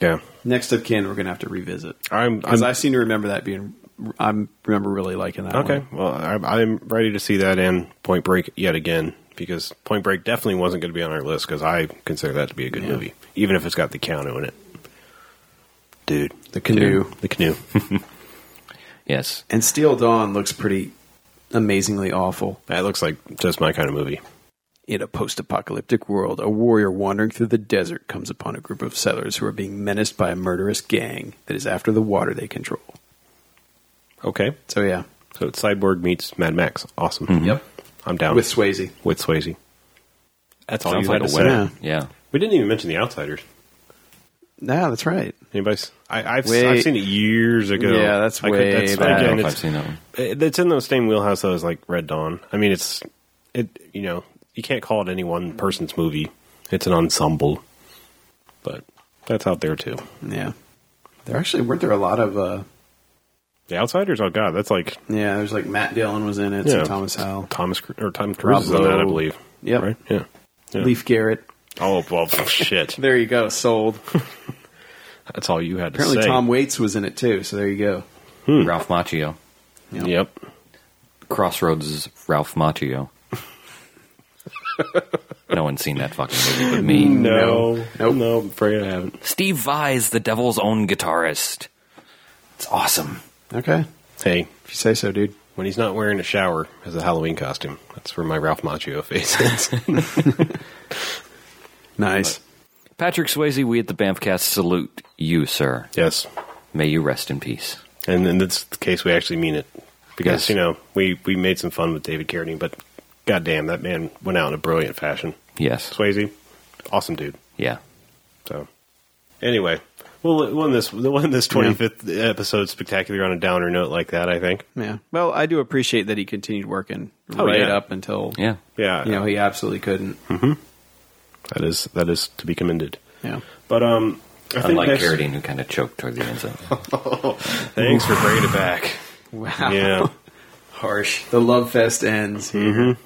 [SPEAKER 2] Yeah.
[SPEAKER 3] Next of kin, we're going to have to revisit.
[SPEAKER 2] I'm.
[SPEAKER 3] Because
[SPEAKER 2] I'm
[SPEAKER 3] I seem to remember that being. I remember really liking that
[SPEAKER 2] okay.
[SPEAKER 3] one.
[SPEAKER 2] Well, I'm, I'm ready to see that and Point Break yet again because Point Break definitely wasn't going to be on our list because I consider that to be a good movie, even if it's got the Keanu in it. Dude,
[SPEAKER 3] The Canoe.
[SPEAKER 2] the canoe.
[SPEAKER 4] Yes.
[SPEAKER 3] And Steel Dawn looks pretty amazingly awful.
[SPEAKER 2] that looks like just my kind of movie.
[SPEAKER 3] In a post apocalyptic world, a warrior wandering through the desert comes upon a group of settlers who are being menaced by a murderous gang that is after the water they control.
[SPEAKER 2] Okay.
[SPEAKER 3] So, yeah.
[SPEAKER 2] So it's Cyborg meets Mad Max. Awesome.
[SPEAKER 3] Yep.
[SPEAKER 2] I'm down
[SPEAKER 3] Mm-hmm. With Swayze.
[SPEAKER 2] with Swayze. Oh. That's all
[SPEAKER 4] Sounds
[SPEAKER 2] you had
[SPEAKER 4] like
[SPEAKER 2] to
[SPEAKER 4] a
[SPEAKER 2] say.
[SPEAKER 4] winner.
[SPEAKER 3] Yeah.
[SPEAKER 4] Yeah.
[SPEAKER 2] We didn't even mention The Outsiders.
[SPEAKER 3] Yeah, that's right.
[SPEAKER 2] Anybody? s- I, have
[SPEAKER 3] Wait.
[SPEAKER 2] I've seen it years ago.
[SPEAKER 3] Yeah, that's
[SPEAKER 2] I could-
[SPEAKER 3] way
[SPEAKER 4] I
[SPEAKER 3] back.
[SPEAKER 4] don't
[SPEAKER 2] again,
[SPEAKER 4] know if
[SPEAKER 2] it's-
[SPEAKER 4] I've seen that one.
[SPEAKER 2] It- It's in the same wheelhouse though as like Red Dawn. I mean, it's it. You know, you can't call it any one person's movie. It's an ensemble, but that's out there too.
[SPEAKER 3] Yeah. There actually weren't there a lot of. uh
[SPEAKER 2] The Outsiders. Oh God, that's like
[SPEAKER 3] Yeah, there's like Matt Dillon was in it,
[SPEAKER 2] Yeah.
[SPEAKER 3] so Thomas Howell,
[SPEAKER 2] Thomas Cru- or Tom Cruise
[SPEAKER 3] Rob
[SPEAKER 2] is on that, I
[SPEAKER 3] Lowe.
[SPEAKER 2] believe.
[SPEAKER 3] Yep.
[SPEAKER 2] Right. Yeah. Yeah.
[SPEAKER 3] Leaf Garrett.
[SPEAKER 2] Oh well, shit.
[SPEAKER 3] There you go, sold.
[SPEAKER 2] That's all you had to
[SPEAKER 3] Apparently,
[SPEAKER 2] say.
[SPEAKER 3] Tom Waits was in it too, so there you go.
[SPEAKER 2] Hmm.
[SPEAKER 4] Ralph Macchio.
[SPEAKER 3] Yep.
[SPEAKER 2] Yep.
[SPEAKER 4] Crossroads is Ralph Macchio. no one's seen that fucking movie but me.
[SPEAKER 2] No.
[SPEAKER 3] Nope.
[SPEAKER 2] No. I'm afraid I haven't.
[SPEAKER 4] Steve Vai's the devil's own guitarist. It's awesome.
[SPEAKER 3] Okay,
[SPEAKER 2] Hey,
[SPEAKER 3] if you say so, dude.
[SPEAKER 2] When he's not wearing a shower as a Halloween costume, that's where my Ralph Macchio face is.
[SPEAKER 3] Nice.
[SPEAKER 4] Patrick Swayze, we at the Banffcast salute you, sir.
[SPEAKER 2] yes,
[SPEAKER 4] May you rest in peace.
[SPEAKER 2] and in this case, we actually mean it because
[SPEAKER 4] Yes.
[SPEAKER 2] you know we we made some fun with David Carradine, but goddamn, that man went out in a brilliant fashion.
[SPEAKER 4] Yes.
[SPEAKER 2] Swayze, awesome dude.
[SPEAKER 4] Yeah.
[SPEAKER 2] So anyway, we'll we'll end this we'll end this twenty fifth episode spectacular on a downer note like that. I think.
[SPEAKER 3] Yeah. Well, I do appreciate that he continued working
[SPEAKER 2] Oh,
[SPEAKER 3] right
[SPEAKER 2] yeah.
[SPEAKER 3] up until
[SPEAKER 4] Yeah.
[SPEAKER 2] Yeah,
[SPEAKER 3] you know he absolutely couldn't.
[SPEAKER 2] that is that is to be commended.
[SPEAKER 3] Yeah.
[SPEAKER 2] But um, I think
[SPEAKER 4] Unlike
[SPEAKER 2] next-
[SPEAKER 4] Carradine, who kind of choked toward the end zone.
[SPEAKER 2] Thanks for bringing it back.
[SPEAKER 3] Wow.
[SPEAKER 2] Yeah. Mm-hmm.
[SPEAKER 3] Harsh. The love fest ends.
[SPEAKER 2] Um,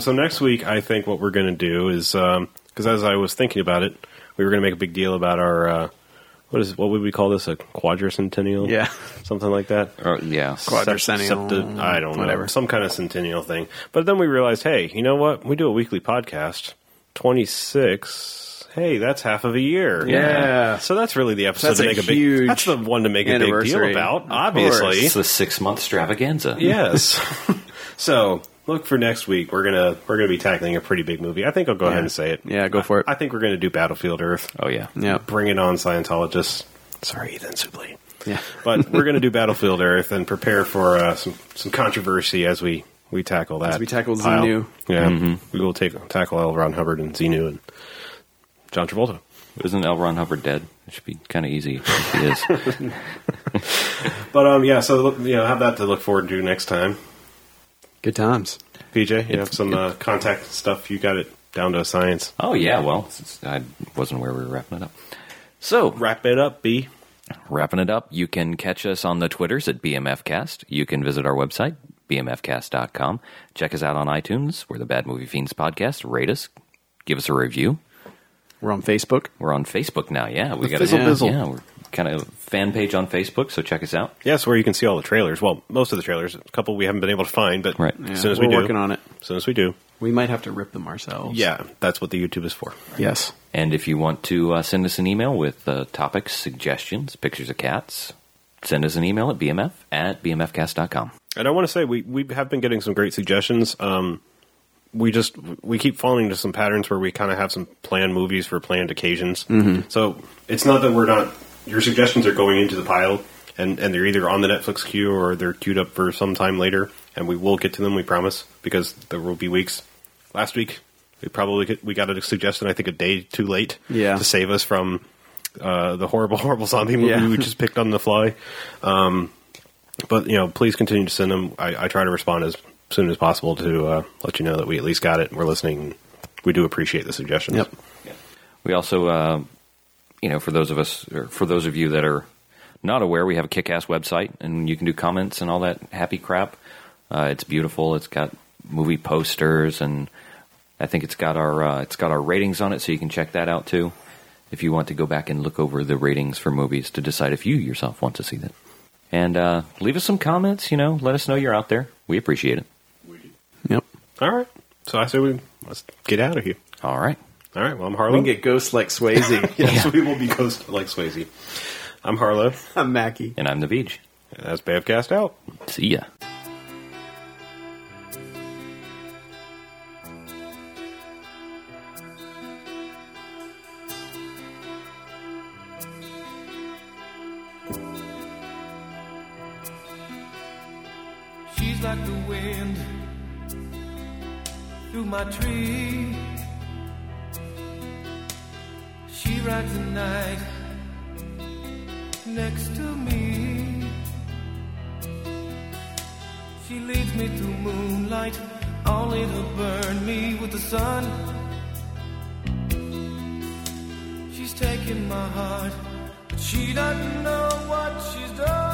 [SPEAKER 2] so next week, I think what we're going to do is because as I was thinking about it, we were going to make a big deal about our uh, what is what would we call this a quadricentennial?
[SPEAKER 3] Yeah.
[SPEAKER 2] something like that.
[SPEAKER 4] Or, yeah.
[SPEAKER 3] Quadricennial,
[SPEAKER 2] Septi- I don't know,
[SPEAKER 3] whatever.
[SPEAKER 2] some kind of centennial thing. But then we realized, hey, you know what? We do a weekly podcast. Twenty six. Hey, that's half of a year.
[SPEAKER 3] Yeah.
[SPEAKER 2] So that's really the episode
[SPEAKER 3] That's
[SPEAKER 2] to
[SPEAKER 3] a
[SPEAKER 2] make a, big.
[SPEAKER 3] huge
[SPEAKER 2] That's the one to make a big deal
[SPEAKER 3] anniversary.
[SPEAKER 2] about.
[SPEAKER 3] Of
[SPEAKER 2] Obviously,
[SPEAKER 4] It's the six month extravaganza.
[SPEAKER 2] Yes. so look for next week. We're gonna we're gonna be tackling a pretty big movie. I think I'll go ahead and say it.
[SPEAKER 3] Yeah, go for it.
[SPEAKER 2] I think we're gonna do Battlefield Earth.
[SPEAKER 4] Oh, yeah.
[SPEAKER 3] Yeah.
[SPEAKER 2] Bring it on, Scientologists. Sorry, Ethan Sibley.
[SPEAKER 3] Yeah.
[SPEAKER 2] But we're going to do Battlefield Earth and prepare for uh, some some controversy as we we tackle that.
[SPEAKER 3] As we tackle
[SPEAKER 2] pile.
[SPEAKER 3] Xenu. Mm-hmm.
[SPEAKER 2] Yeah, we will take tackle L. Ron Hubbard and Xenu and John Travolta.
[SPEAKER 4] Isn't L. Ron Hubbard dead? It should be kind of easy. If he is.
[SPEAKER 2] But um, yeah, so look- you know, have that to look forward to next time.
[SPEAKER 3] Good times.
[SPEAKER 2] PJ, you have some uh, contact stuff. You got it down to a science.
[SPEAKER 4] oh yeah, well, since I wasn't aware we were wrapping it up. So
[SPEAKER 2] Wrap it up, B.
[SPEAKER 4] Wrapping it up, you can catch us on the Twitters at BMFcast. You can visit our website, bmfcast.com. Check us out on iTunes. We're the Bad Movie Fiends podcast. Rate us, give us a review.
[SPEAKER 3] We're on Facebook.
[SPEAKER 4] We're on Facebook now. Yeah, we
[SPEAKER 2] The
[SPEAKER 4] got
[SPEAKER 2] fizzle
[SPEAKER 4] yeah,
[SPEAKER 2] bizzle.
[SPEAKER 4] Yeah, we're kind of fan page on Facebook, so check us out.
[SPEAKER 2] Yes, where you can see all the trailers. Well, most of the trailers. A couple we haven't been able to find, but
[SPEAKER 4] Right.
[SPEAKER 2] as
[SPEAKER 4] Yeah,
[SPEAKER 2] soon as
[SPEAKER 3] we're
[SPEAKER 2] we do,
[SPEAKER 3] working on it.
[SPEAKER 2] As soon as we do,
[SPEAKER 3] We might have to rip them ourselves.
[SPEAKER 2] yeah, that's what the YouTube is for.
[SPEAKER 3] Yes.
[SPEAKER 4] And if you want to uh, send us an email with uh, topics, suggestions, pictures of cats, send us an email at bmf at bmfcast.com.
[SPEAKER 2] And I want to say we we have been getting some great suggestions. Um, we just we keep falling into some patterns where we kind of have some planned movies for planned occasions.
[SPEAKER 3] Mm-hmm.
[SPEAKER 2] So it's not that we're not your suggestions are going into the pile and and they're either on the Netflix queue or they're queued up for some time later, and we will get to them. We promise because there will be weeks. Last week we probably get, we got a suggestion I think a day too late
[SPEAKER 3] Yeah.
[SPEAKER 2] to save us from. Uh, the horrible, horrible zombie movie
[SPEAKER 3] Yeah.
[SPEAKER 2] we just picked on the fly but you know, please continue to send them. I, I try to respond as soon as possible to uh, let you know that we at least got it. and We're listening. We do appreciate the suggestions.
[SPEAKER 3] Yep.
[SPEAKER 4] We also, uh, you know, for those of us, or for those of you that are not aware, we have a kick-ass website, and you can do comments and all that happy crap. Uh, it's beautiful. It's got movie posters, and I think it's got our uh, it's got our ratings on it, so you can check that out too. If you want to go back and look over the ratings for movies to decide if you yourself want to see them, and uh, leave us some comments. You know, let us know you're out there. We appreciate it.
[SPEAKER 3] Yep.
[SPEAKER 2] All right. So I say we let's get out of here.
[SPEAKER 4] All right.
[SPEAKER 2] All right. Well, I'm
[SPEAKER 3] We
[SPEAKER 2] Harlow.
[SPEAKER 3] can get ghosts like Swayze.
[SPEAKER 2] yes, we will be ghost like Swayze. I'm Harlow.
[SPEAKER 3] I'm Mackie.
[SPEAKER 4] And I'm the Beach.
[SPEAKER 2] And that's Bavcast out.
[SPEAKER 4] See ya.
[SPEAKER 5] She's like the wind through my tree. She rides the night next to me. She leads me through moonlight, only to burn me with the sun. She's taken my heart, but she doesn't know what she's done.